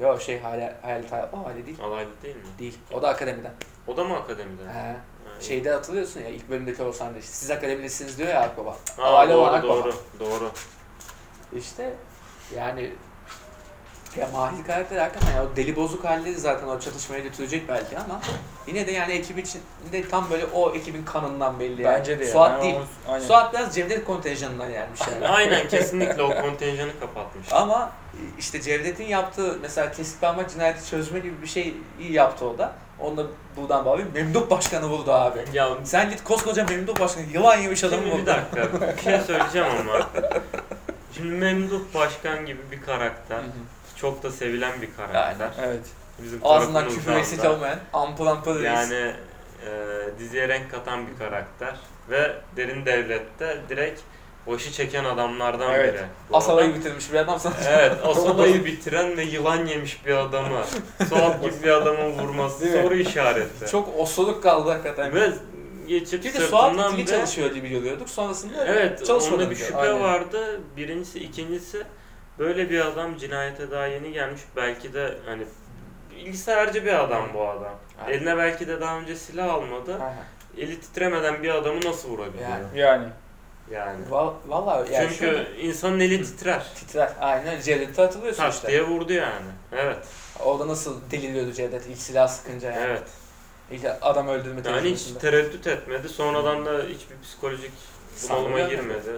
Speaker 2: Yo şey hala hayalet hayalet. O hali değil.
Speaker 3: alaylı değil mi?
Speaker 2: Değil. O da akademiden.
Speaker 3: O da mı akademiden?
Speaker 2: He.
Speaker 3: Ha, iyi.
Speaker 2: Şeyde hatırlıyorsun ya ilk bölümdeki o sahnede işte siz akademidesiniz diyor ya Akbaba.
Speaker 3: Aa,
Speaker 2: Aile
Speaker 3: doğru,
Speaker 2: olarak
Speaker 3: doğru, doğru.
Speaker 2: İşte yani ya Mahir karakter hakikaten ya o deli bozuk halleri zaten o çatışmaya götürecek belki ama yine de yani ekip içinde tam böyle o ekibin kanından belli yani.
Speaker 1: Bence de.
Speaker 2: Suat
Speaker 1: yani.
Speaker 2: değil.
Speaker 1: Aynen.
Speaker 2: Suat biraz Cevdet kontenjanından gelmiş yani.
Speaker 3: Aynen kesinlikle o kontenjanı kapatmış.
Speaker 2: Ama işte Cevdet'in yaptığı mesela kesip alma cinayeti çözme gibi bir şey iyi yaptı o da. Onu da buradan abi Memduh Başkanı buldu abi.
Speaker 3: Ya
Speaker 2: Sen git koskoca Memduh Başkanı yılan yemiş adamı
Speaker 3: şimdi bir
Speaker 2: buldu.
Speaker 3: dakika bir şey söyleyeceğim ama. Şimdi Memduh Başkan gibi bir karakter.
Speaker 1: Hı hı.
Speaker 3: Çok da sevilen bir karakter.
Speaker 1: Evet.
Speaker 3: Bizim
Speaker 2: Ağzından
Speaker 3: tarafımızdan
Speaker 2: küfür eksik
Speaker 3: da.
Speaker 2: olmayan ampul ampul reis.
Speaker 3: Yani e, diziye renk katan bir karakter. Ve derin devlette direkt başı çeken adamlardan
Speaker 1: Evet.
Speaker 3: biri. Bu
Speaker 2: Asalayı
Speaker 3: adam-
Speaker 2: bitirmiş bir adam sana.
Speaker 3: Evet, Asala'yı bitiren ve yılan yemiş bir adama, Suat gibi bir adamın vurması
Speaker 1: Değil mi?
Speaker 3: soru işareti.
Speaker 2: Çok osuruk kaldı hakikaten.
Speaker 3: Ve geçip
Speaker 2: Çünkü Suat
Speaker 3: sırtından
Speaker 2: ikili
Speaker 3: bir...
Speaker 2: çalışıyor gibi görüyorduk. Sonrasında
Speaker 3: Evet,
Speaker 2: çalışmadı
Speaker 3: onda bir
Speaker 2: diyor.
Speaker 3: şüphe
Speaker 1: Aynen.
Speaker 3: vardı. Birincisi, ikincisi böyle bir adam cinayete daha yeni gelmiş. Belki de hani bilgisayarcı bir adam bu adam.
Speaker 2: Aynen.
Speaker 3: Eline belki de daha önce silah almadı.
Speaker 2: Aynen.
Speaker 3: Eli titremeden bir adamı nasıl vurabiliyor?
Speaker 2: Yani.
Speaker 3: Yani.
Speaker 1: Yani.
Speaker 2: Val- Valla yani
Speaker 3: Çünkü
Speaker 2: şöyle
Speaker 3: insanın eli titrer.
Speaker 2: titrer. Aynen Cevdet'i hatırlıyorsun
Speaker 3: Tak
Speaker 2: işte.
Speaker 3: diye vurdu yani. Evet.
Speaker 2: Orada nasıl deliriyordu Cevdet ilk silah sıkınca yani.
Speaker 3: Evet.
Speaker 2: İlk adam öldürme
Speaker 3: Yani hiç
Speaker 2: tecrübesinde.
Speaker 3: tereddüt etmedi. Sonradan da hiçbir psikolojik bunalıma
Speaker 2: Sanmıyorum.
Speaker 3: girmedi.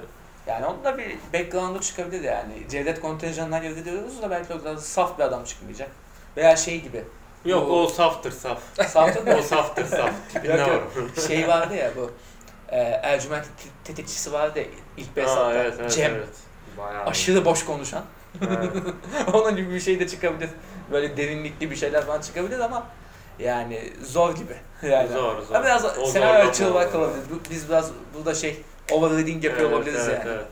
Speaker 2: Yani onun da bir background'u çıkabilir yani. Cevdet kontenjanından geldi diyoruz da belki o da saf bir adam çıkmayacak. Veya şey gibi.
Speaker 3: Yok
Speaker 2: Bu-
Speaker 3: o saftır saf.
Speaker 2: Saftın
Speaker 3: o saftır saf. Tipinde
Speaker 2: Yok,
Speaker 3: var.
Speaker 2: yok. şey vardı ya bu. E, Ercüment te- tetikçisi vardı ya ilk
Speaker 3: Aa,
Speaker 2: Besat'ta.
Speaker 3: evet, evet,
Speaker 2: Cem.
Speaker 3: evet. Bayağı.
Speaker 2: Aşırı boş konuşan. Onun gibi bir şey de çıkabilir. Böyle derinlikli bir şeyler falan çıkabilir ama yani zor gibi. Yani.
Speaker 3: Zor, zor.
Speaker 2: Ha, biraz
Speaker 3: O
Speaker 2: senaryo
Speaker 3: zorlama
Speaker 2: çılgınlık
Speaker 3: olur.
Speaker 2: olabilir. Bu- Biz biraz burada şey overreading yapıyor
Speaker 3: Evet,
Speaker 2: olabiliriz
Speaker 3: evet,
Speaker 2: yani.
Speaker 3: Evet.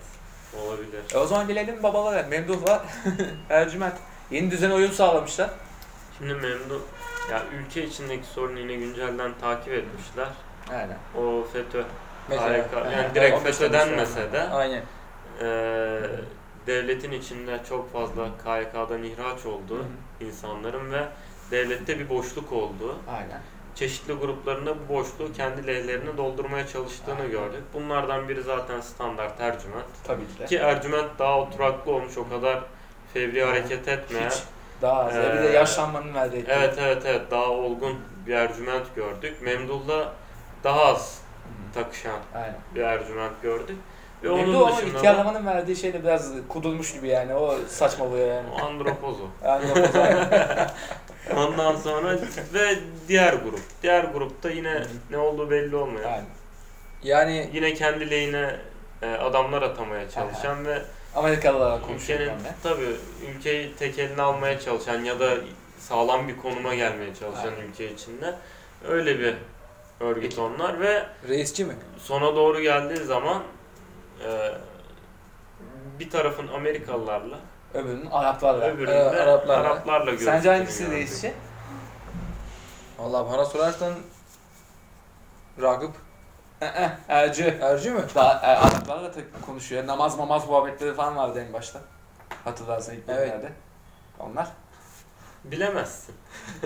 Speaker 3: Olabilir.
Speaker 2: E o zaman gelelim babalara. Memduh var. Ercüment. Yeni düzene uyum sağlamışlar.
Speaker 3: Şimdi memnun. Ya ülke içindeki sorunu yine güncelden takip etmişler.
Speaker 2: Aynen.
Speaker 3: O FETÖ
Speaker 1: Mesela.
Speaker 3: harika.
Speaker 1: Ha,
Speaker 3: Yani direkt
Speaker 1: on beş
Speaker 3: FETÖ
Speaker 1: Temmuz
Speaker 3: denmese de
Speaker 1: Aynen.
Speaker 3: eee, devletin içinde çok fazla KYK'dan ihraç olduğu insanların ve devlette bir boşluk olduğu,
Speaker 2: Aynen.
Speaker 3: çeşitli gruplarında bu boşluğu kendi lehlerine doldurmaya çalıştığını
Speaker 2: Aynen.
Speaker 3: gördük. Bunlardan biri zaten standart tercüment.
Speaker 2: Tabii ki de.
Speaker 3: Ki Ercüment daha oturaklı olmuş o kadar fevri hareket etmeyen.
Speaker 2: Hiç. Daha az.
Speaker 3: Ee,
Speaker 2: bir de yaşlanmanın verdiği. etki.
Speaker 3: Evet evet evet daha olgun bir Ercüment gördük. Memduh'la daha az takışan
Speaker 2: Aynen.
Speaker 3: bir Ercüment gördük. Ve
Speaker 2: Memduh
Speaker 3: E, onun
Speaker 2: ama
Speaker 3: dışında da
Speaker 2: ihtiyarlamanın verdiği şey de biraz kudurmuş gibi yani. O saçmalıyor yani.
Speaker 3: o Andropozo.
Speaker 2: Aynen.
Speaker 3: Ondan sonra ve diğer grup. Diğer grupta yine ne olduğu belli olmayan.
Speaker 2: Aynen.
Speaker 1: Yani
Speaker 3: Yine kendi lehine e, adamlar atamaya çalışan ve
Speaker 2: Amerikalılarla konuşuyor
Speaker 3: ülkenin
Speaker 2: yani.
Speaker 3: tabii ülkeyi tek eline almaya çalışan ya da sağlam bir konuma gelmeye çalışan
Speaker 2: Aynen.
Speaker 3: ülke içinde öyle bir örgüt onlar ve
Speaker 1: reisçi mi?
Speaker 3: sona doğru geldiği zaman e, bir tarafın Amerikalılarla
Speaker 2: Öbürünün Araplarla.
Speaker 3: öbüründe
Speaker 1: Ee, Araplarla.
Speaker 3: Araplarla, Araplarla
Speaker 2: Sence hangisi
Speaker 3: görüştüğünü
Speaker 2: değişti?
Speaker 1: Vallahi bana sorarsan Ragıp
Speaker 2: Ee, Ercü.
Speaker 1: Erci mi?
Speaker 2: Daha e, Araplarla da konuşuyor. Namaz mamaz muhabbetleri falan vardı en başta. Hatırlarsan ilk
Speaker 1: Evet.
Speaker 2: bölümlerde. Onlar.
Speaker 3: gördük. Bilemezsin.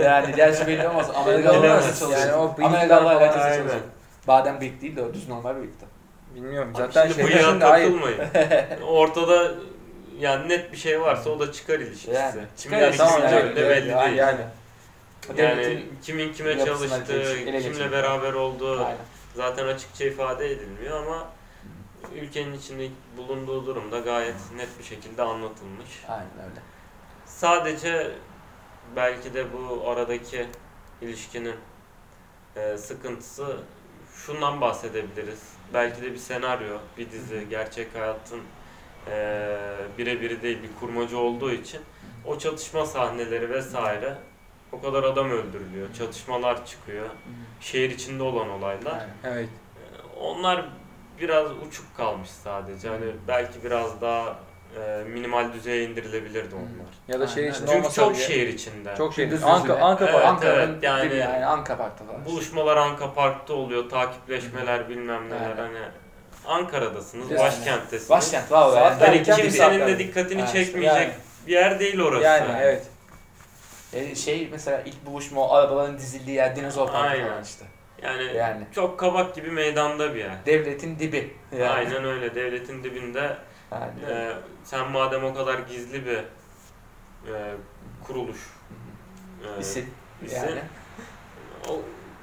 Speaker 2: Yani gerçi belli olmaz. Amerikalılar
Speaker 3: Bilemez.
Speaker 2: herkes çalışıyor.
Speaker 1: Yani o bıyıklar
Speaker 2: Amerikalılar
Speaker 1: falan,
Speaker 2: herkes
Speaker 3: aynen.
Speaker 2: çalışıyor. Badem bıyık değil de o düz normal bıyıktı.
Speaker 1: Bilmiyorum.
Speaker 3: Abi
Speaker 1: Zaten
Speaker 3: şimdi
Speaker 1: şey
Speaker 3: bıyığa
Speaker 1: şimdi hayır.
Speaker 3: takılmayın. Ortada yani net bir şey varsa o da çıkar ilişkisi.
Speaker 2: Yani,
Speaker 3: Kimin
Speaker 2: çıkar
Speaker 3: ilişkisi
Speaker 2: ilişkisi,
Speaker 1: Tamam
Speaker 2: yani,
Speaker 3: cebinde
Speaker 1: yani,
Speaker 2: evet,
Speaker 3: belli değil. Yani,
Speaker 1: yani.
Speaker 2: Devletin
Speaker 3: kimin kime
Speaker 2: yapısına
Speaker 3: çalıştığı,
Speaker 2: geçiyor, ele geçiyor.
Speaker 3: kimle beraber olduğu
Speaker 2: Aynen.
Speaker 3: zaten açıkça ifade edilmiyor ama ülkenin içinde bulunduğu durumda gayet net bir şekilde anlatılmış.
Speaker 2: Aynen öyle.
Speaker 3: Sadece belki de bu aradaki ilişkinin e, sıkıntısı şundan bahsedebiliriz. Belki de bir senaryo, bir dizi, gerçek hayatın e, birebiri değil bir kurmacı olduğu için o çatışma sahneleri vesaire o kadar adam öldürülüyor, çatışmalar çıkıyor, şehir içinde olan olaylar.
Speaker 2: Aynen.
Speaker 1: Evet.
Speaker 3: E, Onlar biraz uçuk kalmış sadece. Hani belki biraz daha e, minimal düzeye indirilebilirdi
Speaker 2: Hı.
Speaker 3: onlar.
Speaker 1: Ya da şehir
Speaker 2: Aynen.
Speaker 1: içinde
Speaker 3: Çünkü
Speaker 1: olmasa
Speaker 3: çok
Speaker 1: bile-
Speaker 3: şehir içinde.
Speaker 1: Çok şey.
Speaker 2: Gündüz
Speaker 1: Anka,
Speaker 2: yüzüne.
Speaker 1: Anka
Speaker 3: Evet,
Speaker 1: falan.
Speaker 2: Ankara'nın
Speaker 3: evet, yani-
Speaker 2: dibi yani Anka Park'ta falan.
Speaker 3: Buluşmalar Anka Park'ta oluyor, takipleşmeler bilmem neler
Speaker 2: Aynen.
Speaker 3: hani Ankara'dasınız,
Speaker 2: Yani.
Speaker 3: başkenttesiniz.
Speaker 2: Başkent var o yani.
Speaker 1: Saatler
Speaker 3: Hani
Speaker 1: erken bir
Speaker 3: kimsenin de
Speaker 1: saatlerde.
Speaker 3: dikkatini
Speaker 2: Ha, işte
Speaker 3: çekmeyecek
Speaker 2: yani.
Speaker 3: bir yer değil orası.
Speaker 1: Yani evet.
Speaker 2: E, şey mesela ilk buluşma o arabaların dizildiği yer dinozor parkı
Speaker 3: Aynen.
Speaker 2: falan işte.
Speaker 3: Yani,
Speaker 2: Yani.
Speaker 3: çok kabak gibi meydanda bir yer.
Speaker 2: Devletin dibi. Yani.
Speaker 3: Aynen öyle. Devletin dibinde
Speaker 2: Aynen.
Speaker 3: e, sen madem o kadar gizli bir e, kuruluş e,
Speaker 2: İsim.
Speaker 3: isim,
Speaker 2: Yani.
Speaker 3: o,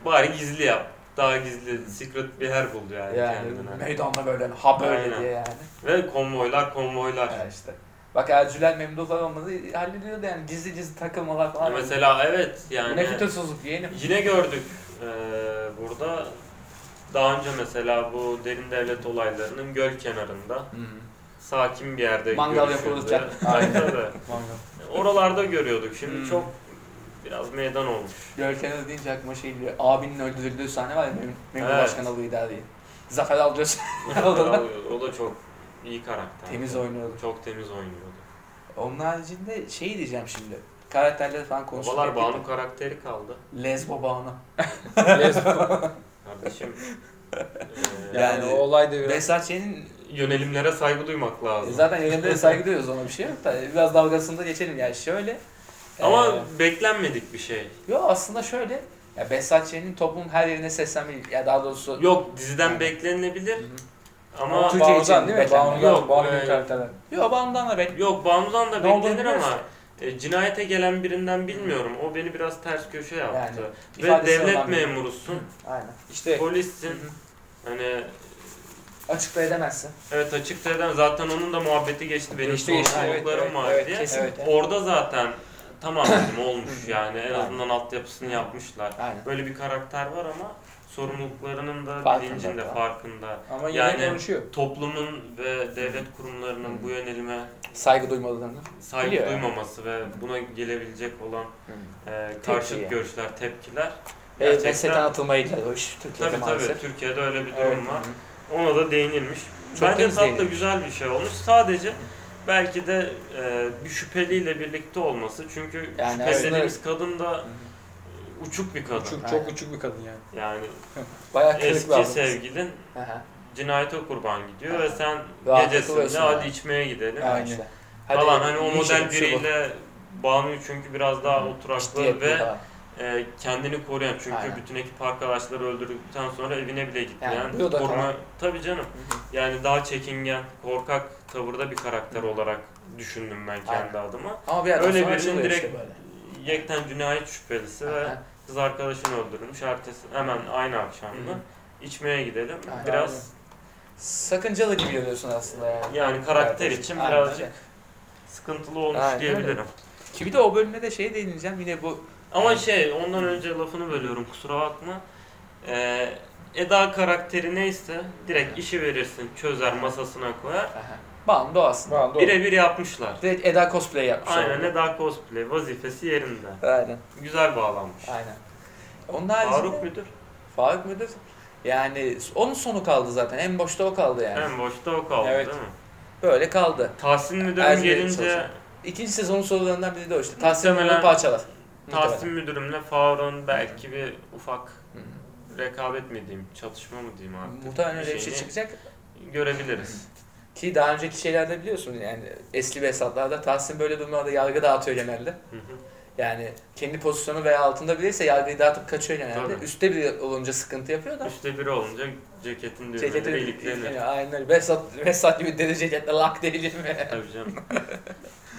Speaker 3: bari gizli yap. Daha gizli, secret bir yer bul yani,
Speaker 2: Yani
Speaker 3: kendine.
Speaker 2: meydanda böyle ha böyle
Speaker 3: Aynen.
Speaker 2: diye yani.
Speaker 3: Ve konvoylar konvoylar.
Speaker 2: Ha işte. Bak Ercüler memnun olmadı hallediyordu yani gizli gizli takılmalar falan.
Speaker 3: Mesela evet yani
Speaker 2: Ne fütursuzluk yeğenim.
Speaker 3: yine gördük eee, burada daha önce mesela bu derin devlet olaylarının göl kenarında sakin bir yerde
Speaker 2: Mangal
Speaker 3: görüşüldü.
Speaker 2: yapılacak.
Speaker 3: Aynen. Tabii.
Speaker 1: Mangal.
Speaker 3: Oralarda görüyorduk. Şimdi
Speaker 2: Hmm.
Speaker 3: çok biraz meydan olmuş.
Speaker 2: Görkem'e deyince aklıma şey geliyor. Abinin öldürüldüğü sahne var ya Memnun, memnun
Speaker 3: Evet.
Speaker 2: Başkan alıyor diye. Zafer Algöz
Speaker 3: o da çok iyi karakter.
Speaker 2: temiz oynuyordu.
Speaker 3: Çok temiz oynuyordu.
Speaker 2: Onun haricinde şey diyeceğim şimdi. Karakterleri falan konuştuk.
Speaker 3: Babalar Banu karakteri kaldı.
Speaker 2: Lesbo Banu.
Speaker 3: Kardeşim. eee,
Speaker 1: yani,
Speaker 2: Yani-
Speaker 1: o olay da biraz.
Speaker 2: Besatçı'nın
Speaker 3: yönelimlere saygı duymak lazım.
Speaker 2: E zaten yerinde de saygı duyuyoruz ona bir şey yok da biraz dalgasını da geçelim yani şöyle.
Speaker 3: Ama
Speaker 2: eee,
Speaker 3: beklenmedik bir şey.
Speaker 2: Yo aslında şöyle. Ya Behzat Ç'nin toplumun her yerine seslenmeli. Ya daha doğrusu
Speaker 3: Yok diziden
Speaker 2: Hı.
Speaker 3: beklenilebilir
Speaker 1: Hı hı.
Speaker 3: ama
Speaker 2: Türk-
Speaker 1: Banu'dan
Speaker 2: için
Speaker 1: değil mi?
Speaker 2: beklenmiyor.
Speaker 1: Banu'dan.
Speaker 3: Yok,
Speaker 1: Banu'nun
Speaker 3: e,
Speaker 1: karakterler.
Speaker 2: Yo Banu'dan da bekliyor.
Speaker 3: yok Banu'dan da
Speaker 2: Ne olduğunu
Speaker 3: beklenir ama
Speaker 2: biliyoruz.
Speaker 3: e, cinayete gelen birinden bilmiyorum. O beni biraz ters köşe yaptı.
Speaker 2: Yani,
Speaker 3: Ve
Speaker 2: ifadesi
Speaker 3: devlet
Speaker 2: olan biri.
Speaker 3: memurusun,
Speaker 2: Aynen.
Speaker 1: İşte
Speaker 3: polissin.
Speaker 2: Hı hı.
Speaker 3: Hani
Speaker 2: Açıkla edemezsin.
Speaker 3: evet açık eden zaten onun da muhabbeti geçti. Benim
Speaker 1: İşte işte,
Speaker 3: sorumluluklarım
Speaker 1: evet,
Speaker 3: var
Speaker 1: evet,
Speaker 3: diye.
Speaker 2: Kesinlikle.
Speaker 3: Orada zaten tamam dedim olmuş
Speaker 1: Hı hı.
Speaker 3: yani en
Speaker 2: Aynen.
Speaker 3: azından altyapısını yapmışlar.
Speaker 2: Aynen.
Speaker 3: Böyle bir karakter var ama sorumluluklarının da
Speaker 2: Farkında
Speaker 3: bilincinde,
Speaker 2: da.
Speaker 3: farkında.
Speaker 1: Ama yine
Speaker 3: Yani-
Speaker 1: konuşuyor.
Speaker 3: Toplumun ve devlet kurumlarının bu yönelime
Speaker 2: Saygı duymalarını.
Speaker 3: saygı
Speaker 2: Biliyor yani.
Speaker 3: duymaması ve buna gelebilecek olan e, karşıt
Speaker 2: Tepki yani.
Speaker 3: görüşler, tepkiler
Speaker 2: E,
Speaker 3: gerçekten-
Speaker 2: meslekten atılmayı da o iş Türkiye'de
Speaker 3: Tabii
Speaker 2: maalesef.
Speaker 3: tabii Türkiye'de öyle bir durum
Speaker 1: Evet.
Speaker 3: var. Ona da değinilmiş.
Speaker 2: Çok
Speaker 3: Bence
Speaker 2: temiz
Speaker 3: tatlı
Speaker 2: değinilmiş.
Speaker 3: güzel bir şey olmuş. Sadece belki de e, bir şüpheliyle birlikte olması. Çünkü
Speaker 2: Yani
Speaker 3: şüphelediğimiz kadın da uçuk bir kadın.
Speaker 1: Uçuk,
Speaker 2: Aynen.
Speaker 1: çok uçuk bir kadın yani.
Speaker 3: Yani
Speaker 2: Bayağı kırık bir
Speaker 3: eski
Speaker 2: adam.
Speaker 3: sevgilin
Speaker 2: Hı hı.
Speaker 3: cinayete kurban gidiyor ve sen
Speaker 2: Rahat
Speaker 3: gecesinde
Speaker 2: takılıyorsun
Speaker 3: hadi
Speaker 2: yani.
Speaker 3: içmeye gidelim
Speaker 1: Aynen.
Speaker 2: İşte.
Speaker 3: falan. Hani o
Speaker 2: iyi
Speaker 3: model
Speaker 2: şey, şu bu.
Speaker 3: biriyle Banu çünkü biraz daha oturaklı
Speaker 2: Ciddiyetli
Speaker 3: ve
Speaker 2: falan.
Speaker 3: e, kendini koruyan çünkü
Speaker 2: Aynen.
Speaker 3: bütün ekip arkadaşları öldürdükten sonra evine bile gitmeyen
Speaker 2: Yani bu da
Speaker 3: koruma
Speaker 2: tamam.
Speaker 3: tabii canım yani daha çekingen korkak tavırda bir karakter olarak düşündüm ben kendi adıma
Speaker 2: Ama bir yerden
Speaker 3: Öyle
Speaker 2: sonra
Speaker 3: birinin
Speaker 2: açılıyor
Speaker 3: direkt
Speaker 2: işte böyle.
Speaker 3: yekten cinayet şüphelisi ve
Speaker 2: Aha.
Speaker 3: kız arkadaşını öldürmüş ertesi hemen aynı akşam mı içmeye gidelim
Speaker 2: Aynen.
Speaker 3: biraz
Speaker 2: Sakıncalı gibi görüyorsun aslında yani.
Speaker 3: yani karakter için
Speaker 2: Aynen.
Speaker 3: birazcık sıkıntılı olmuş
Speaker 2: Aynen öyle.
Speaker 3: diyebilirim
Speaker 2: Ki bir de o bölümde de şey değineceğim yine bu
Speaker 3: Ama şey ondan önce lafını bölüyorum kusura bakma. Ee, Eda karakteri neyse direkt işi verirsin çözer masasına koyar.
Speaker 2: aha, Bağım doğasın.
Speaker 1: Vallahi doğru.
Speaker 3: Birebir yapmışlar.
Speaker 2: Direkt Eda cosplay yapmış.
Speaker 3: Aynen
Speaker 2: orada.
Speaker 3: Eda cosplay vazifesi yerinde.
Speaker 2: Aynen.
Speaker 3: Güzel bağlanmış.
Speaker 2: Aynen. Onun haricinde Faruk,
Speaker 3: Faruk müdür?
Speaker 2: müdür? Yani onun sonu kaldı zaten. En boşta o kaldı yani.
Speaker 3: En boşta o kaldı
Speaker 1: Evet.
Speaker 3: değil mi?
Speaker 2: Böyle kaldı.
Speaker 3: Tahsin müdürüm
Speaker 2: Erzurum
Speaker 3: gelince
Speaker 2: çalışan. İkinci sezonun sorularından biri de o işte. Tahsin
Speaker 3: Muhtemelen-
Speaker 2: bunu parçalar.
Speaker 3: Tahsin
Speaker 2: Muhtemelen.
Speaker 3: müdürümle Faruk'un belki bir ufak
Speaker 2: Hı hı.
Speaker 3: rekabet mi diyeyim, çatışma mı diyeyim artık
Speaker 2: Muhtemelen öyle bir şey
Speaker 3: Şeyini-
Speaker 2: çıkacak.
Speaker 3: görebiliriz.
Speaker 2: Ki daha önceki şeylerde biliyorsun yani eski Vesatlar'da Tahsin böyle durumlarda yargı dağıtıyor genelde.
Speaker 3: Hı hı.
Speaker 2: Yani kendi pozisyonu veya altında biriyse yargıyı dağıtıp kaçıyor genelde.
Speaker 3: Tabii.
Speaker 2: Üstte biri olunca sıkıntı yapıyor da.
Speaker 3: Üstte biri olunca ceketin
Speaker 2: Ceketi
Speaker 3: düğmeleri iliklenir.
Speaker 2: Aynen öyle. Vesat, Vesat gibi deri ceketle lak değil mi?
Speaker 3: Tabii canım.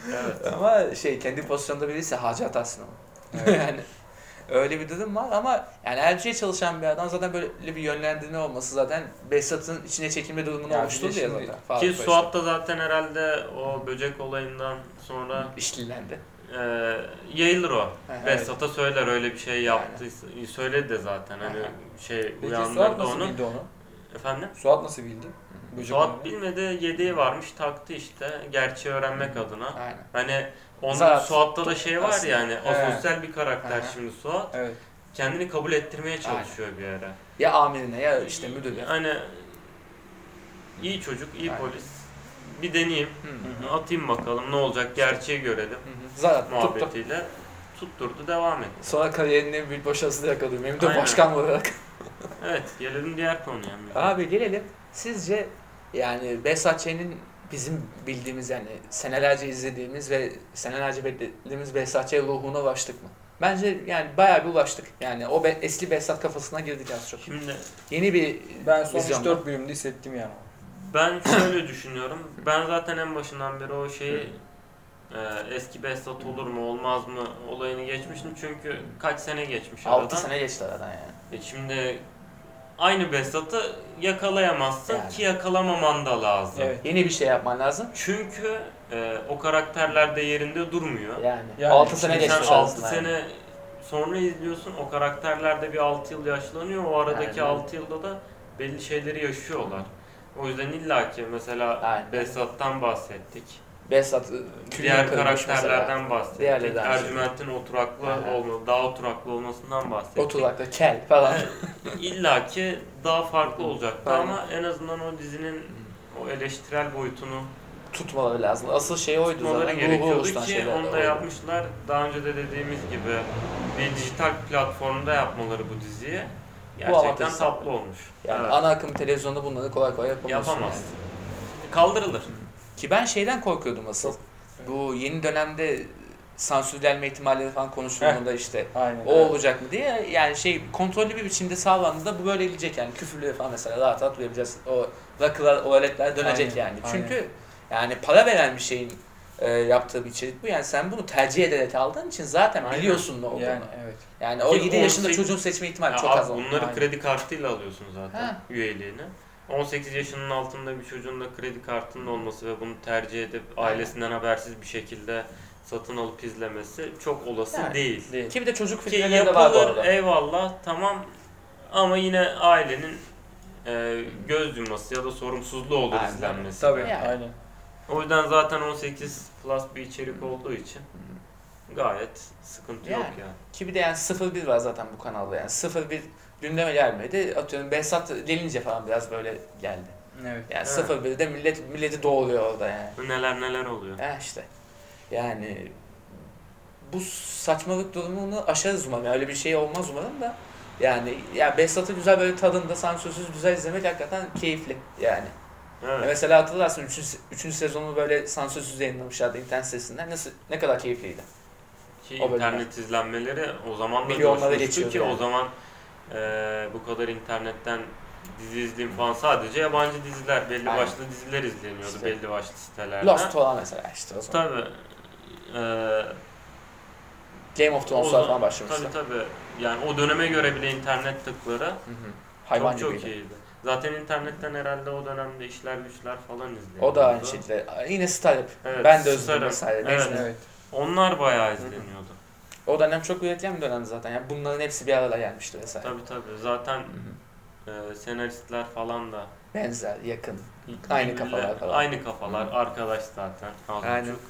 Speaker 3: evet.
Speaker 2: ama şey kendi pozisyonda biriyse hacı atarsın ama.
Speaker 1: Evet.
Speaker 2: yani öyle bir durum var ama yani elçiye çalışan bir adam zaten böyle bir yönlendirme olması zaten Besat'ın içine çekilme durumunu
Speaker 1: Ya bir de
Speaker 2: oluşturdu ya
Speaker 1: şimdi-
Speaker 2: zaten. Faruk
Speaker 3: Ki
Speaker 2: Başta.
Speaker 3: Suat da zaten herhalde o böcek olayından sonra
Speaker 2: işlendi.
Speaker 3: e, yayılır o.
Speaker 2: Evet.
Speaker 3: Behzat'a söyler öyle bir şey yaptıysa. Söyledi de zaten hani
Speaker 2: Aynen.
Speaker 3: şey
Speaker 1: Peki Suat
Speaker 3: uyandırdı
Speaker 1: nasıl
Speaker 3: onu.
Speaker 1: bildi onu?
Speaker 3: Efendim?
Speaker 1: Suat nasıl bildi? Böcek
Speaker 3: Suat
Speaker 1: olayını.
Speaker 3: bilmedi yediği varmış taktı işte gerçeği öğrenmek adına.
Speaker 2: Aynen.
Speaker 3: Hani onun
Speaker 2: Zaten-
Speaker 3: Suat'ta da şey var
Speaker 2: Aslında.
Speaker 3: yani
Speaker 1: He.
Speaker 3: asosyal bir karakter
Speaker 2: Aha.
Speaker 3: şimdi Suat.
Speaker 1: Evet.
Speaker 3: Kendini kabul ettirmeye çalışıyor bir ara.
Speaker 2: Ya amirine ya işte müdüre.
Speaker 3: Hani iyi çocuk, iyi
Speaker 2: Aynen.
Speaker 3: polis. Bir deneyeyim.
Speaker 2: Hı.
Speaker 3: Atayım bakalım ne olacak gerçeği görelim
Speaker 2: Zaten tuttu.
Speaker 3: muhabbetiyle tutturdu devam etti.
Speaker 2: Sonra kariyerinin en büyük başarısını yakaladım. Hem de
Speaker 3: Aynen.
Speaker 2: başkan olarak.
Speaker 3: Evet gelelim diğer konuya.
Speaker 2: Abi gelelim. Sizce yani Behzat Ç'nin bizim bildiğimiz yani senelerce izlediğimiz ve senelerce beklediğimiz Behzat Ç ruhuna ulaştık mı? Bence yani bayağı bir ulaştık. Yani o be- eski Behzat kafasına girdik az çok.
Speaker 3: Şimdi
Speaker 2: Yeni bir
Speaker 1: Ben son
Speaker 2: vizyonla.
Speaker 1: 3-4 bölümde hissettim yani.
Speaker 3: ben şöyle düşünüyorum. Ben zaten en başından beri o şeyi e, eski Behzat olur mu olmaz mı olayını geçmiştim. Çünkü kaç sene geçmiş aradan.
Speaker 2: 6 sene geçti aradan yani.
Speaker 3: E şimdi aynı Behzat'ı yakalayamazsın
Speaker 2: Yani.
Speaker 3: ki yakalamaman da lazım.
Speaker 1: Evet.
Speaker 2: Yeni bir şey yapman lazım.
Speaker 3: Çünkü e, o karakterler de yerinde durmuyor.
Speaker 2: Yani,
Speaker 1: Yani
Speaker 2: 6
Speaker 1: işte
Speaker 2: sene
Speaker 3: Sen
Speaker 2: geçmiş
Speaker 3: 6
Speaker 2: aslında. yani.
Speaker 3: sene sonra izliyorsun o karakterler de bir 6 yıl yaşlanıyor. O aradaki
Speaker 2: Aynen.
Speaker 3: 6 yılda da belli şeyleri yaşıyorlar. O yüzden illaki mesela
Speaker 2: Aynen.
Speaker 3: Behzat'tan bahsettik.
Speaker 2: Behzat ıı,
Speaker 3: diğer
Speaker 2: kırılmış mesela.
Speaker 3: karakterlerden bahsettik.
Speaker 2: Diğerlerinden
Speaker 3: Ercüment'in oturaklı
Speaker 2: Aynen.
Speaker 3: olma, daha oturaklı olmasından bahsettik.
Speaker 2: Oturakta kel falan.
Speaker 3: İlla ki daha farklı olacaktı
Speaker 2: Aynen.
Speaker 3: ama en azından o dizinin o eleştirel boyutunu
Speaker 2: tutmaları lazım. Asıl şey oydu
Speaker 3: tutmaları
Speaker 2: zaten. Ruhu
Speaker 3: gerekiyordu
Speaker 2: oluşturan
Speaker 3: ki
Speaker 2: şeyler
Speaker 3: onu da
Speaker 2: oydu.
Speaker 3: yapmışlar. Daha önce de dediğimiz gibi bir dijital platformda yapmaları bu diziyi gerçekten
Speaker 2: avantajı
Speaker 3: tatlı olmuş.
Speaker 2: Yani
Speaker 3: Evet.
Speaker 2: ana akım televizyonda bunları kolay kolay yapamazsın.
Speaker 3: Yapamaz.
Speaker 2: yani.
Speaker 3: Kaldırılır.
Speaker 2: Ki ben şeyden korkuyordum asıl. Bu yeni dönemde sansürlenme ihtimalleri falan konuşulduğunda işte
Speaker 1: Aynen.
Speaker 2: o olacak mı diye yani şey kontrollü bir biçimde sağlandığında bu böyle gelecek yani küfürlü falan mesela rahat rahat verebileceğiz. O rakılar, o aletler dönecek
Speaker 1: Aynen,
Speaker 2: yani.
Speaker 1: aynen.
Speaker 2: Çünkü yani para veren bir şeyin e, yaptığı bir içerik bu. Yani sen bunu tercih ederek aldığın için zaten
Speaker 3: Aynen.
Speaker 2: biliyorsun ne olduğunu.
Speaker 1: Yani
Speaker 2: Yani,
Speaker 1: evet.
Speaker 2: o
Speaker 3: Ki
Speaker 2: 7 yaşında
Speaker 3: 18
Speaker 2: çocuğun seçme ihtimali
Speaker 3: Ya
Speaker 2: çok
Speaker 3: abi
Speaker 2: az. oldu.
Speaker 3: bunları
Speaker 1: Aynen.
Speaker 3: kredi kartıyla alıyorsun zaten
Speaker 2: Ha.
Speaker 3: üyeliğini. 18 yaşının altında bir çocuğun da kredi kartının olması ve bunu tercih edip
Speaker 2: Aynen.
Speaker 3: ailesinden habersiz bir şekilde satın alıp izlemesi çok olası
Speaker 2: Yani.
Speaker 3: değil.
Speaker 1: Değil.
Speaker 2: Ki bir de çocuk
Speaker 3: Ki
Speaker 2: filmleri de var bu
Speaker 3: yapılır
Speaker 2: arada.
Speaker 3: eyvallah tamam Ama yine ailenin e, göz yumması ya da sorumsuzluğu olur
Speaker 2: Aynen.
Speaker 3: izlenmesi.
Speaker 1: Tabii
Speaker 2: Yani.
Speaker 1: aynen.
Speaker 3: O yüzden zaten 18 plus bir içerik olduğu için gayet sıkıntı yok
Speaker 2: Yani.
Speaker 3: yani.
Speaker 2: Ki bir de yani 01 var zaten bu kanalda yani 01 gündeme gelmedi. Atıyorum Behzat gelince falan biraz böyle geldi.
Speaker 1: Evet.
Speaker 2: Yani
Speaker 3: Evet.
Speaker 2: 01'de millet milleti doğuruyor orada yani.
Speaker 3: Neler neler oluyor.
Speaker 2: Ha işte. Yani bu saçmalık durumunu aşarız umarım. Yani öyle bir şey olmaz umarım da. Yani ya Behzat'ı güzel böyle tadında sansürsüz güzel izlemek hakikaten keyifli yani. Ya
Speaker 3: Evet.
Speaker 2: Mesela hatırlarsın 3. sezonu böyle sansürsüz yayınlamışlardı internet sitesinden. Nasıl ne kadar keyifliydi.
Speaker 3: Ki
Speaker 2: o bölümler.
Speaker 3: Şey, internet izlenmeleri o zaman da
Speaker 2: Milyonlara
Speaker 3: coşmuştu
Speaker 2: geçiyordu
Speaker 3: ki o
Speaker 2: yani.
Speaker 3: zaman e, bu kadar internetten dizi izleyeyim falan sadece yabancı diziler, belli
Speaker 2: Aynen.
Speaker 3: başlı diziler izleniyordu
Speaker 2: İşte.
Speaker 3: belli başlı sitelerde.
Speaker 2: Lost falan mesela işte o zaman.
Speaker 3: Tabii. E,
Speaker 2: Game of
Speaker 3: O
Speaker 2: Thrones'lar
Speaker 3: zaman-
Speaker 2: falan başlamıştı.
Speaker 3: Tabii tabii. Yani o döneme göre bile internet tıkları
Speaker 2: Hı hı. Hayvan
Speaker 3: çok çok
Speaker 2: gibiydi.
Speaker 3: iyiydi. Zaten internetten herhalde o dönemde işler güçler falan izleniyordu.
Speaker 2: O da aynı şekilde. Yine Startup.
Speaker 3: Evet,
Speaker 2: ben de özledim
Speaker 3: Startup.
Speaker 2: mesela.
Speaker 3: Evet.
Speaker 2: Neyse.
Speaker 1: Evet.
Speaker 3: Onlar bayağı izleniyordu.
Speaker 2: O dönem çok üretilen bir dönem zaten. Yani bunların hepsi bir arada gelmişti vesaire.
Speaker 3: Tabii tabii. Zaten
Speaker 2: Hı hı.
Speaker 3: e, senaristler falan da
Speaker 2: Benzer, yakın. Aynı
Speaker 3: birbirle-
Speaker 2: kafalar falan.
Speaker 3: Aynı kafalar, arkadaş zaten. Az
Speaker 2: Aynen.
Speaker 3: buçuk.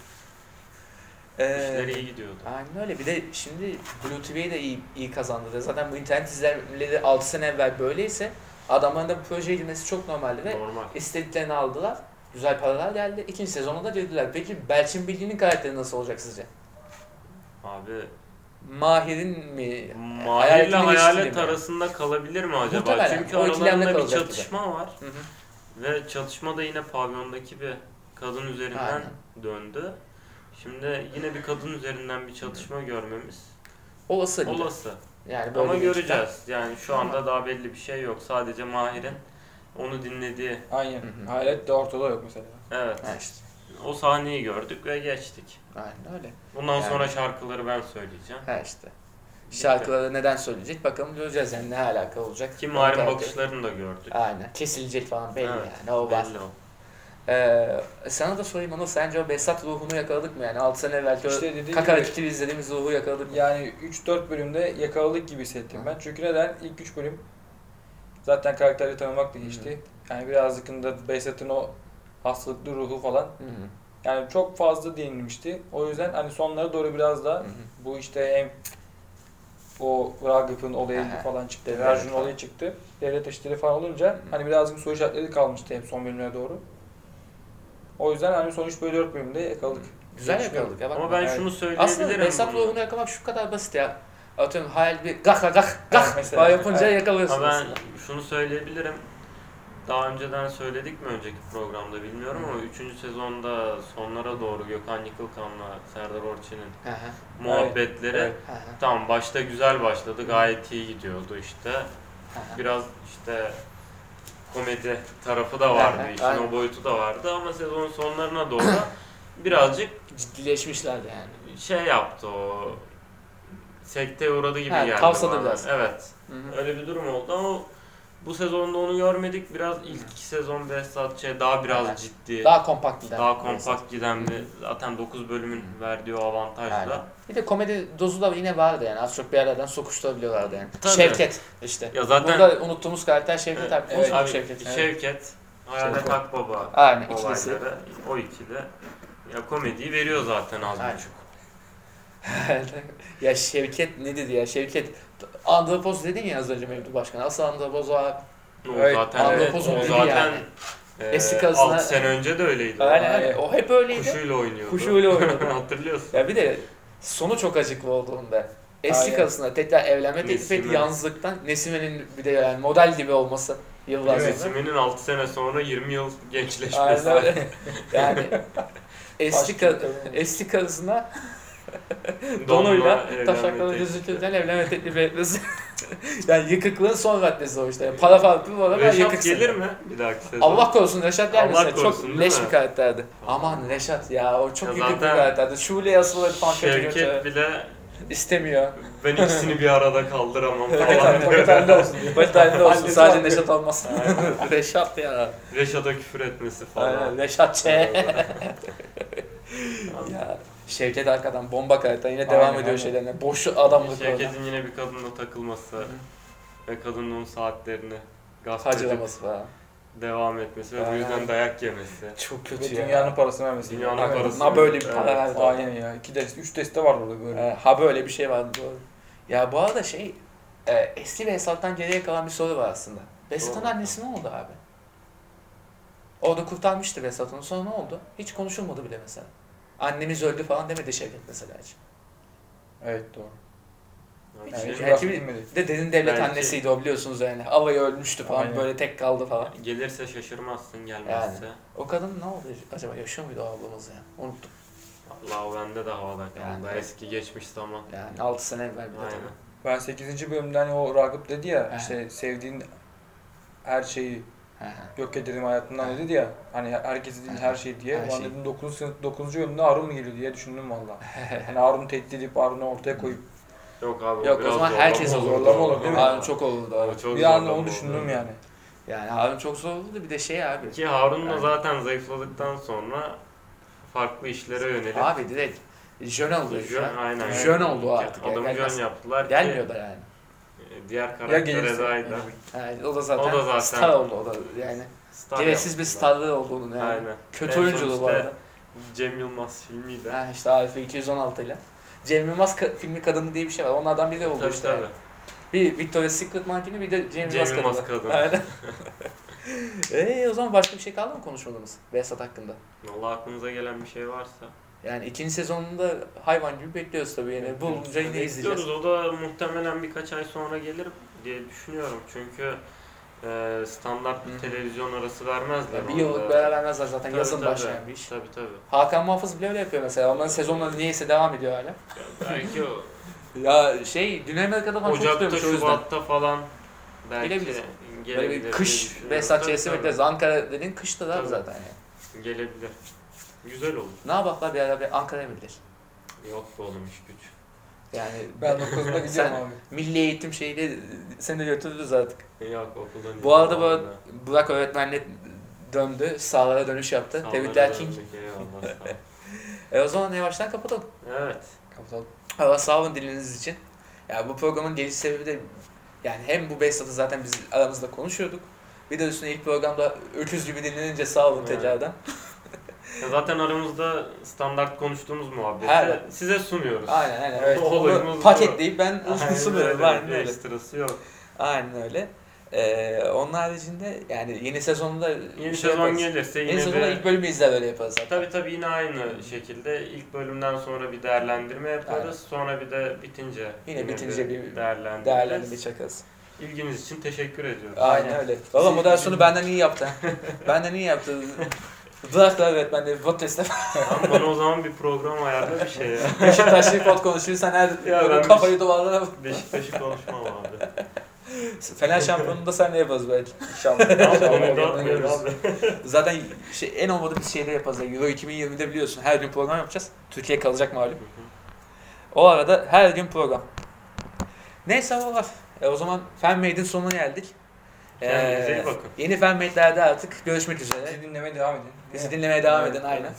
Speaker 2: Ee,
Speaker 3: İşleri iyi gidiyordu.
Speaker 2: aynen öyle. Bir de şimdi Blue TV'yi de iyi, iyi kazandı. Zaten bu internet izlemeleri 6 sene evvel böyleyse adamların da bu projeye girmesi çok normaldi ve
Speaker 3: Normal.
Speaker 2: istediklerini aldılar. Güzel paralar geldi. İkinci sezonda da girdiler. Peki Belçin Bilgi'nin karakteri nasıl olacak sizce?
Speaker 3: Abi
Speaker 2: Mahir'in mi?
Speaker 3: Mahir'le
Speaker 2: Hayaletin
Speaker 3: hayalet
Speaker 2: ilişkisi mi?
Speaker 3: arasında kalabilir mi acaba?
Speaker 2: Muhtemelen.
Speaker 3: Çünkü
Speaker 2: O ikilemde
Speaker 3: aralarında bir
Speaker 2: kalacak gibi.
Speaker 3: çatışma var.
Speaker 2: Hı hı.
Speaker 3: Ve çatışma da yine pavyondaki bir kadın üzerinden
Speaker 2: Aynen.
Speaker 3: döndü. Şimdi yine bir kadın üzerinden bir çatışma görmemiz
Speaker 2: Olası. gibi.
Speaker 3: olası.
Speaker 2: Yani böyle
Speaker 3: Ama
Speaker 2: bir
Speaker 3: göreceğiz. Yani şu
Speaker 2: Ama-
Speaker 3: anda daha belli bir şey yok. Sadece Mahir'in onu dinlediği.
Speaker 1: Aynen.
Speaker 2: Hı hı.
Speaker 1: Hayalet de ortada yok mesela.
Speaker 3: Evet.
Speaker 2: Ha işte.
Speaker 3: O sahneyi gördük ve geçtik.
Speaker 2: Aynen öyle.
Speaker 3: Bundan
Speaker 2: Yani.
Speaker 3: sonra şarkıları ben söyleyeceğim.
Speaker 2: Ha işte. Şarkıları neden söyleyecek bakalım göreceğiz yani ne alaka olacak.
Speaker 3: Ki
Speaker 2: Kim
Speaker 3: Mahir'in bakışlarını da gördük.
Speaker 2: Aynen. Kesilecek falan belli
Speaker 3: Evet,
Speaker 2: yani o var.
Speaker 3: Belli o.
Speaker 2: Ee, sana da sorayım Anıl sence o Besat ruhunu yakaladık mı yani 6 sene evvel işte
Speaker 1: İşte dediğim gibi-
Speaker 2: Kakara Kikili izlediğimiz ruhu yakaladık mı?
Speaker 1: Yani 3-4 bölümde yakaladık gibi hissettim ben. Çünkü neden? İlk 3 bölüm zaten karakteri tanımakla geçti. Yani biraz yakında Behzat'ın o hastalıklı ruhu falan.
Speaker 2: Hı hı,
Speaker 1: Yani çok fazla değinilmişti. O yüzden hani sonlara doğru biraz
Speaker 2: hı
Speaker 1: da
Speaker 2: hı.
Speaker 1: bu işte hem o Ragıp'ın olayı
Speaker 2: Aha.
Speaker 1: falan çıktı,
Speaker 2: Devlet
Speaker 1: Rajun
Speaker 2: falan.
Speaker 1: olayı çıktı. Devlet işleri falan olunca
Speaker 2: Hı.
Speaker 1: hani birazcık soru işaretleri kalmıştı hep son bölümlere doğru. O yüzden hani son 3 bölü 4 bölümde yakaladık.
Speaker 2: Güzel
Speaker 1: Geçti.
Speaker 2: yakaladık ya bak.
Speaker 3: Ama ben
Speaker 1: Evet.
Speaker 3: şunu söyleyebilirim.
Speaker 2: Aslında Besat
Speaker 3: bunu.
Speaker 2: ruhunu yakalamak şu kadar basit ya. Atıyorum hayal bir gah gah gah gah
Speaker 1: mesela.
Speaker 2: falan yapınca
Speaker 1: Evet.
Speaker 2: yakalıyorsun
Speaker 3: Ama ben
Speaker 2: aslında.
Speaker 3: şunu söyleyebilirim. Daha önceden söyledik mi önceki programda bilmiyorum ama 3. sezonda sonlara doğru Gökhan Yıkılkan'la Serdar Orçin'in
Speaker 2: Hı hı,
Speaker 3: muhabbetleri
Speaker 1: Evet.
Speaker 2: hı hı,
Speaker 3: tam başta güzel başladı. Gayet iyi gidiyordu işte.
Speaker 2: hı hı.
Speaker 3: Biraz işte komedi tarafı da vardı.
Speaker 2: Aha,
Speaker 3: işin
Speaker 2: aynen.
Speaker 3: o boyutu da vardı ama sezonun sonlarına doğru birazcık
Speaker 2: Ciddileşmişlerdi yani.
Speaker 3: şey yaptı o sekteye uğradı gibi
Speaker 2: Ha,
Speaker 3: geldi
Speaker 2: tavsadı
Speaker 3: bana.
Speaker 2: biraz.
Speaker 3: Evet.
Speaker 2: Hı hı.
Speaker 3: Öyle bir durum oldu ama bu sezonda onu görmedik. Biraz ilk iki sezon Behzat şey daha biraz
Speaker 2: Evet.
Speaker 3: ciddi, Ee, daha,
Speaker 2: Daha kompakt gider.
Speaker 3: kompakt giden bir zaten 9 bölümün verdiği o
Speaker 2: Aynen.
Speaker 3: avantajla.
Speaker 2: Bir de komedi dozu da yine vardı yani. Az çok bir yerlerden sokuşturabiliyorlardı yani.
Speaker 3: Tabii.
Speaker 2: Şevket işte.
Speaker 3: Ya zaten e,
Speaker 2: Burada unuttuğumuz karakter Şevket abi.
Speaker 3: Evet,
Speaker 2: Konuşmadık
Speaker 3: abi,
Speaker 2: Şevket.
Speaker 3: Şevket, Hayalet
Speaker 2: Şevket.
Speaker 3: Akbaba
Speaker 2: Aynen ikilisi.
Speaker 3: olayları, o ikili. Ya komediyi veriyor zaten az
Speaker 2: Aynen.
Speaker 3: buçuk.
Speaker 2: ya Şevket ne dedi ya? Şevket Andropoz dedin ya az önce Mevlüt Başkan. Asıl Andropoz o abi.
Speaker 3: O
Speaker 1: Evet,
Speaker 3: zaten,
Speaker 2: Andropoz'un
Speaker 3: o
Speaker 2: biri
Speaker 3: zaten
Speaker 2: yani.
Speaker 3: e,
Speaker 2: Eski karısına-
Speaker 3: 6 sene önce de öyleydi.
Speaker 2: Aynen
Speaker 1: Aynen.
Speaker 2: öyle. O hep öyleydi.
Speaker 3: Kuşuyla oynuyordu.
Speaker 2: Kuşuyla oynuyordu.
Speaker 3: Hatırlıyorsun.
Speaker 2: Ya bir de sonu çok acıklı olduğunda. Eski
Speaker 1: Aynen.
Speaker 2: karısına tekrar evlenme teklif etti
Speaker 3: Nesime.
Speaker 2: yalnızlıktan. Nesime'nin bir de yani model gibi olması yıllar
Speaker 1: Evet.
Speaker 2: sonra.
Speaker 3: Yasemin'in 6 sene sonra 20 yıl gençleşmesi.
Speaker 2: Aynen öyle. yani eski,
Speaker 1: Başka bir
Speaker 2: ka-
Speaker 1: kadın.
Speaker 2: eski karısına
Speaker 3: Donuyla
Speaker 2: donuyla taşakları gözükürden evlenme teklifi etmesi. yani yıkıklığın son raddesi o işte. Yani para farkı var ama
Speaker 3: Reşat
Speaker 2: yıkıksın.
Speaker 3: gelir mi bir dahaki sezon?
Speaker 2: Allah korusun Reşat gelmesin.
Speaker 3: Allah korusun,
Speaker 2: çok
Speaker 3: değil
Speaker 2: leş
Speaker 3: mi?
Speaker 2: bir karakterdi. Aman Reşat ya o çok
Speaker 3: Ya
Speaker 2: yıkık bir
Speaker 3: zaten
Speaker 2: karakterdi. Şule asılır falan kötü
Speaker 3: Şevket
Speaker 2: kötü.
Speaker 3: bile
Speaker 2: İstemiyor.
Speaker 3: ben ikisini bir arada kaldıramam
Speaker 1: Paket
Speaker 3: falan.
Speaker 1: halinde- paket halinde olsun diye.
Speaker 2: Baş halinde olsun
Speaker 1: Annesi
Speaker 2: sadece
Speaker 1: haklı.
Speaker 2: Reşat olmasın. Reşat ya.
Speaker 3: Reşat'a küfür etmesi
Speaker 2: Aynen Ee,
Speaker 3: falan.
Speaker 2: Reşat Ç. ya Şevket arkadan bomba karakter yine devam
Speaker 1: Aynen,
Speaker 2: ediyor
Speaker 1: aynen.
Speaker 2: şeylerine. Boş adamlık orada.
Speaker 3: Şevket'in yine bir kadınla takılması. ve kadının onun saatlerini gasp edip
Speaker 2: Hacılaması falan.
Speaker 3: devam etmesi ve bu
Speaker 2: Aynen.
Speaker 3: yüzden dayak yemesi.
Speaker 2: Çok
Speaker 1: Ve
Speaker 2: kötü ya.
Speaker 1: dünyanın parasını vermesi.
Speaker 3: Dünyanın
Speaker 1: Aynen.
Speaker 3: parası.
Speaker 2: Ha böyle bir
Speaker 3: Evet.
Speaker 2: para verdi.
Speaker 1: Aynen ya. İki test, üç test de var burada böyle.
Speaker 2: Ee, ha böyle bir şey var doğru. Ya bu arada şey e, eski Behzat'tan geriye kalan bir soru var aslında. Behzat'ın
Speaker 3: Doğru.
Speaker 2: annesi ne oldu abi? Orada kurtarmıştı Behzat onu sonra ne oldu? Hiç konuşulmadı bile mesela. Annemiz öldü falan demedi Şevket mesela hiç.
Speaker 1: Evet doğru.
Speaker 3: Yani
Speaker 1: Yani
Speaker 2: Evet.
Speaker 1: hiç
Speaker 3: şey-
Speaker 2: belki
Speaker 1: laf
Speaker 2: bir-
Speaker 1: edilmedi.
Speaker 2: Bir de derin devlet
Speaker 3: Belki-
Speaker 2: annesiydi o biliyorsunuz yani. Ava'ya ölmüştü falan
Speaker 1: Aynen.
Speaker 2: böyle tek kaldı falan.
Speaker 3: Gelirse şaşırmazsın gelmezse.
Speaker 2: O kadın ne oldu acaba yaşıyor muydu o ablamız ya? Unuttum
Speaker 3: Allah o bende de havada kaldı.
Speaker 2: Yani.
Speaker 3: Eski geçmiş zaman.
Speaker 2: yani 6 sene evvel bir de
Speaker 3: Aynen.
Speaker 2: tabii.
Speaker 1: Ben 8. bölümde hani o Ragıp dedi ya
Speaker 2: He.
Speaker 1: işte sevdiğin her şeyi
Speaker 2: Hı hı.
Speaker 1: yok edelim hayatından
Speaker 2: He.
Speaker 1: dedi ya hani herkesi değil
Speaker 2: He.
Speaker 1: her şey diye.
Speaker 2: Her
Speaker 1: Ulan
Speaker 2: şey.
Speaker 1: dedim 9. sınıf 9. bölümde Harun mu geliyor diye düşündüm valla. Hani Harun tehdit edip Harun'u ortaya koyup
Speaker 3: Yok abi
Speaker 2: Yok, o
Speaker 3: biraz
Speaker 2: zaman
Speaker 3: zorlama
Speaker 2: herkes
Speaker 1: olur,
Speaker 3: olurdu.
Speaker 1: zorlama olur değil mi?
Speaker 2: Harun çok olurdu abi.
Speaker 3: O çok
Speaker 1: bir anda
Speaker 3: zorlama
Speaker 1: onu
Speaker 3: olurdu.
Speaker 1: düşündüm yani.
Speaker 2: Yani Harun çok zor olurdu bir de şey abi.
Speaker 3: Ki Harun da
Speaker 2: Aynen.
Speaker 3: zaten zayıfladıktan sonra farklı işlere yönelik.
Speaker 2: Abi direkt jön oldu şu
Speaker 3: Jön,
Speaker 2: an.
Speaker 3: aynen.
Speaker 2: Jön oldu artık ya,
Speaker 3: Adamı
Speaker 2: gelmez.
Speaker 3: Jön yaptılar
Speaker 2: Gelmiyor da yani.
Speaker 3: ki e, diğer
Speaker 1: Ya
Speaker 3: karakter
Speaker 1: gelirse.
Speaker 3: Eda'ydı.
Speaker 2: Yani o da zaten,
Speaker 3: O da zaten-
Speaker 2: star oldu o da yani.
Speaker 3: Star
Speaker 2: Gereksiz bir
Speaker 3: yaptılar.
Speaker 2: starlığı oldu onun yani.
Speaker 3: Aynen. En
Speaker 2: Kötü
Speaker 3: son
Speaker 2: oyunculuğu bu
Speaker 3: işte
Speaker 2: arada.
Speaker 3: Cem Yılmaz filmiydi.
Speaker 2: Ha işte Arif 216 ile. Cem Yılmaz ka- filmi kadını diye bir şey var. Onlardan biri oldu
Speaker 3: Tabii
Speaker 2: işte.
Speaker 3: tabii.
Speaker 2: Bir Victoria's Secret mankeni bir de Cem,
Speaker 3: Cem
Speaker 2: Yılmaz kadını.
Speaker 3: Yılmaz kadını.
Speaker 2: Aynen. Eee o zaman başka bir şey kaldı mı konuşmadığımız Behzat hakkında?
Speaker 3: Allah aklınıza gelen bir şey varsa.
Speaker 2: Yani ikinci sezonunda hayvan gibi bekliyoruz tabii yani. Bulunca yine izleyeceğiz.
Speaker 3: Bekliyoruz. O da muhtemelen birkaç ay sonra gelir diye düşünüyorum. Çünkü e, standart
Speaker 2: Hı.
Speaker 3: bir televizyon arası vermezler.
Speaker 2: Ya bir
Speaker 3: orada.
Speaker 2: yıllık beraber vermezler zaten.
Speaker 3: Tabii,
Speaker 2: Yazın
Speaker 3: tabii.
Speaker 2: başlayan bir iş.
Speaker 3: Tabii tabii.
Speaker 2: Hakan Muhafız bile öyle yapıyor mesela. Onların sezonları niyeyse devam ediyor hala.
Speaker 3: Ya belki o-
Speaker 2: Ya şey Güney Amerika'da falan çok
Speaker 3: Ocak'ta,
Speaker 2: tutuyormuş o yüzden.
Speaker 3: Şubat'ta falan belki
Speaker 2: Gelebilir.
Speaker 3: gelebilir
Speaker 2: Böyle bir
Speaker 3: diye
Speaker 2: kış
Speaker 3: düşünüyorum.
Speaker 2: Behzat
Speaker 3: Tabii,
Speaker 2: Ç'si
Speaker 3: tabii.
Speaker 2: bekleriz. Ankara dedin kışta da abi
Speaker 3: Tabii.
Speaker 2: zaten yani.
Speaker 3: Gelebilir. Güzel olur.
Speaker 2: Ne yapaklar bir ara bir Ankara'ya mı gidilir?
Speaker 3: Yok be oğlum iş güç.
Speaker 2: Yani
Speaker 1: Ben 9'da
Speaker 2: Sen-
Speaker 1: gidiyorum abi.
Speaker 2: milli eğitim şeyiyle e, seni de götürürüz artık.
Speaker 3: Yok okuldan
Speaker 2: Bu arada bu Burak öğretmenle döndü. Sağlara dönüş yaptı.
Speaker 3: Sağ ol,
Speaker 2: Tebrikler
Speaker 3: helal
Speaker 2: King.
Speaker 3: olsun. Eyvallah, sağ ol.
Speaker 2: E o zaman yavaştan kapatalım.
Speaker 3: evet.
Speaker 1: Kapatalım.
Speaker 2: Ama sağ olun diliniz için. Ya bu programın geliş sebebi de yani hem bu Behzat'ı zaten biz aramızda konuşuyorduk. Bir de üstüne ilk programda öküz gibi dinlenince sağ olun
Speaker 3: Evet.
Speaker 2: tekrardan.
Speaker 3: Ya zaten aramızda standart konuştuğumuz muhabbeti
Speaker 2: Her-
Speaker 3: size sunuyoruz.
Speaker 2: Aynen aynen.
Speaker 1: Evet,
Speaker 2: Onu
Speaker 3: olayımız bu.
Speaker 2: paketleyip ben
Speaker 3: Aynen
Speaker 2: sunuyorum.
Speaker 3: öyle,
Speaker 2: Aynen
Speaker 3: bir
Speaker 2: öyle.
Speaker 3: Ekstrası yok.
Speaker 2: Aynen öyle. Ee, onun haricinde yani yeni sezonda şey
Speaker 3: Yeni sezon
Speaker 2: yaparız.
Speaker 3: gelirse
Speaker 2: Yeni
Speaker 3: yine
Speaker 2: sezonda
Speaker 3: de...
Speaker 2: ilk bölümü izler öyle yaparız zaten.
Speaker 3: şey Tabii tabii yine aynı şekilde ilk bölümden sonra bir değerlendirme yaparız. Sonra bir de bitince
Speaker 2: Yine bitince bir
Speaker 3: değerlendiririz.
Speaker 2: Değerlendirmeyi çakarız.
Speaker 3: İlginiz için teşekkür ediyoruz.
Speaker 2: Aynen öyle. Valla moderasyonu benden iyi yaptı. ha. benden iyi yaptı. Bıraklar öğretmen de podcast'te
Speaker 3: Tamam bana o zaman bir program ayarla bir şey ya.
Speaker 2: Beşiktaşlı pot konuşursan her
Speaker 3: Ya
Speaker 2: böyle
Speaker 3: ben
Speaker 2: kafayı duvarlara
Speaker 3: Beşiktaş'ı konuşmam abi.
Speaker 2: Fener şampiyonunu da senle yaparız belki.
Speaker 3: Tamam konuyu
Speaker 1: İnşallah.
Speaker 3: dağıtmıyoruz abi.
Speaker 2: Zaten şey, en olmadı bir şeyde yaparız. Yani Euro 2020'de biliyorsun her gün program yapacağız. Türkiye kalacak malum. O arada her gün program. Neyse o var. E, o zaman Fan Made'in sonuna geldik.
Speaker 3: Kendinize
Speaker 2: Ee,
Speaker 3: iyi bakın.
Speaker 2: Bizi Fan Made'lerde artık görüşmek üzere.
Speaker 1: Bizi dinlemeye devam edin.
Speaker 2: Bizi dinlemeye devam edin aynen.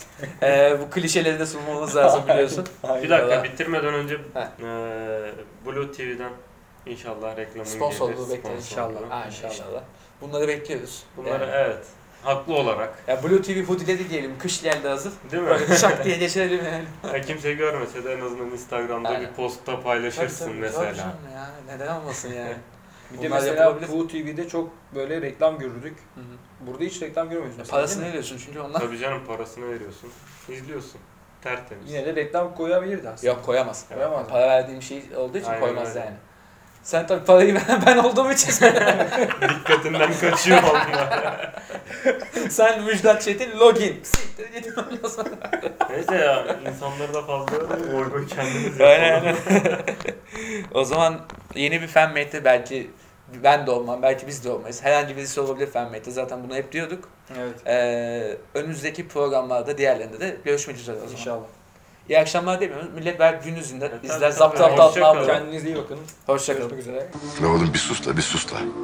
Speaker 2: Ee, bu klişeleri de sunmamız lazım biliyorsun.
Speaker 3: Bir
Speaker 2: Eyvallah.
Speaker 3: dakika bitirmeden önce
Speaker 2: Heh.
Speaker 3: eee Blue TV'den inşallah reklamını
Speaker 2: Sponsorluğu bekleriz
Speaker 1: inşallah.
Speaker 2: Aynen inşallah. Bunları bekliyoruz.
Speaker 3: Bunları
Speaker 1: er-
Speaker 2: Yani.
Speaker 3: evet haklı olarak
Speaker 2: Ya Blue TV hoodie de diyelim. Kış geldi hazır.
Speaker 3: değil mi?
Speaker 2: Böyle şak diye geçelim yani.
Speaker 3: Ya kimse görmese de en azından Instagram'da
Speaker 2: Aynen.
Speaker 3: bir postta paylaşırsın mesela.
Speaker 2: tabii canım ya. Neden olmasın yani?
Speaker 1: Bir de
Speaker 2: Bunlar
Speaker 1: mesela
Speaker 2: yapılabilir.
Speaker 1: bu TV'de çok böyle reklam görürdük.
Speaker 2: Hı hı.
Speaker 1: Burada hiç reklam görmüyoruz.
Speaker 2: Ya
Speaker 1: mesela,
Speaker 2: E, Parasını
Speaker 1: değil mi?
Speaker 2: veriyorsun çünkü onlar.
Speaker 3: Tabii canım parasını veriyorsun. izliyorsun. Tertemiz.
Speaker 1: Yine de reklam koyabilirdi aslında.
Speaker 2: Yok koyamaz.
Speaker 1: Koyamaz.
Speaker 2: Para verdiğim şey olduğu için
Speaker 3: Aynen
Speaker 2: koymaz
Speaker 3: öyle.
Speaker 2: yani. Sen tabii parayı ben, ben olduğum için sen-
Speaker 3: Dikkatinden kaçıyor onlar.
Speaker 2: sen Müjdat Çetin login. Siktir git.
Speaker 3: Neyse ya insanları da fazla yormayalım. Oy boy kendimiz
Speaker 2: Aynen
Speaker 3: yapalım.
Speaker 2: aynen. o zaman yeni bir fan mate'de belki ben de olmam, belki biz de olmayız. Herhangi birisi olabilir fan mate'de. Zaten bunu hep diyorduk.
Speaker 1: Evet.
Speaker 2: Ee, önümüzdeki programlarda diğerlerinde de görüşmek üzere o zaman.
Speaker 1: İnşallah.
Speaker 2: İyi akşamlar demiyoruz. Millet belki gün yüzünden
Speaker 3: Evet,
Speaker 2: izler
Speaker 3: E, tabii,
Speaker 2: zaptı
Speaker 3: tabii.
Speaker 2: aptal
Speaker 3: Hoşça kalın.
Speaker 2: aldı.
Speaker 1: Kendinize iyi bakın.
Speaker 2: Hoşçakalın.
Speaker 1: Görüşmek üzere.
Speaker 4: Ne oğlum bir sus da bir sus da.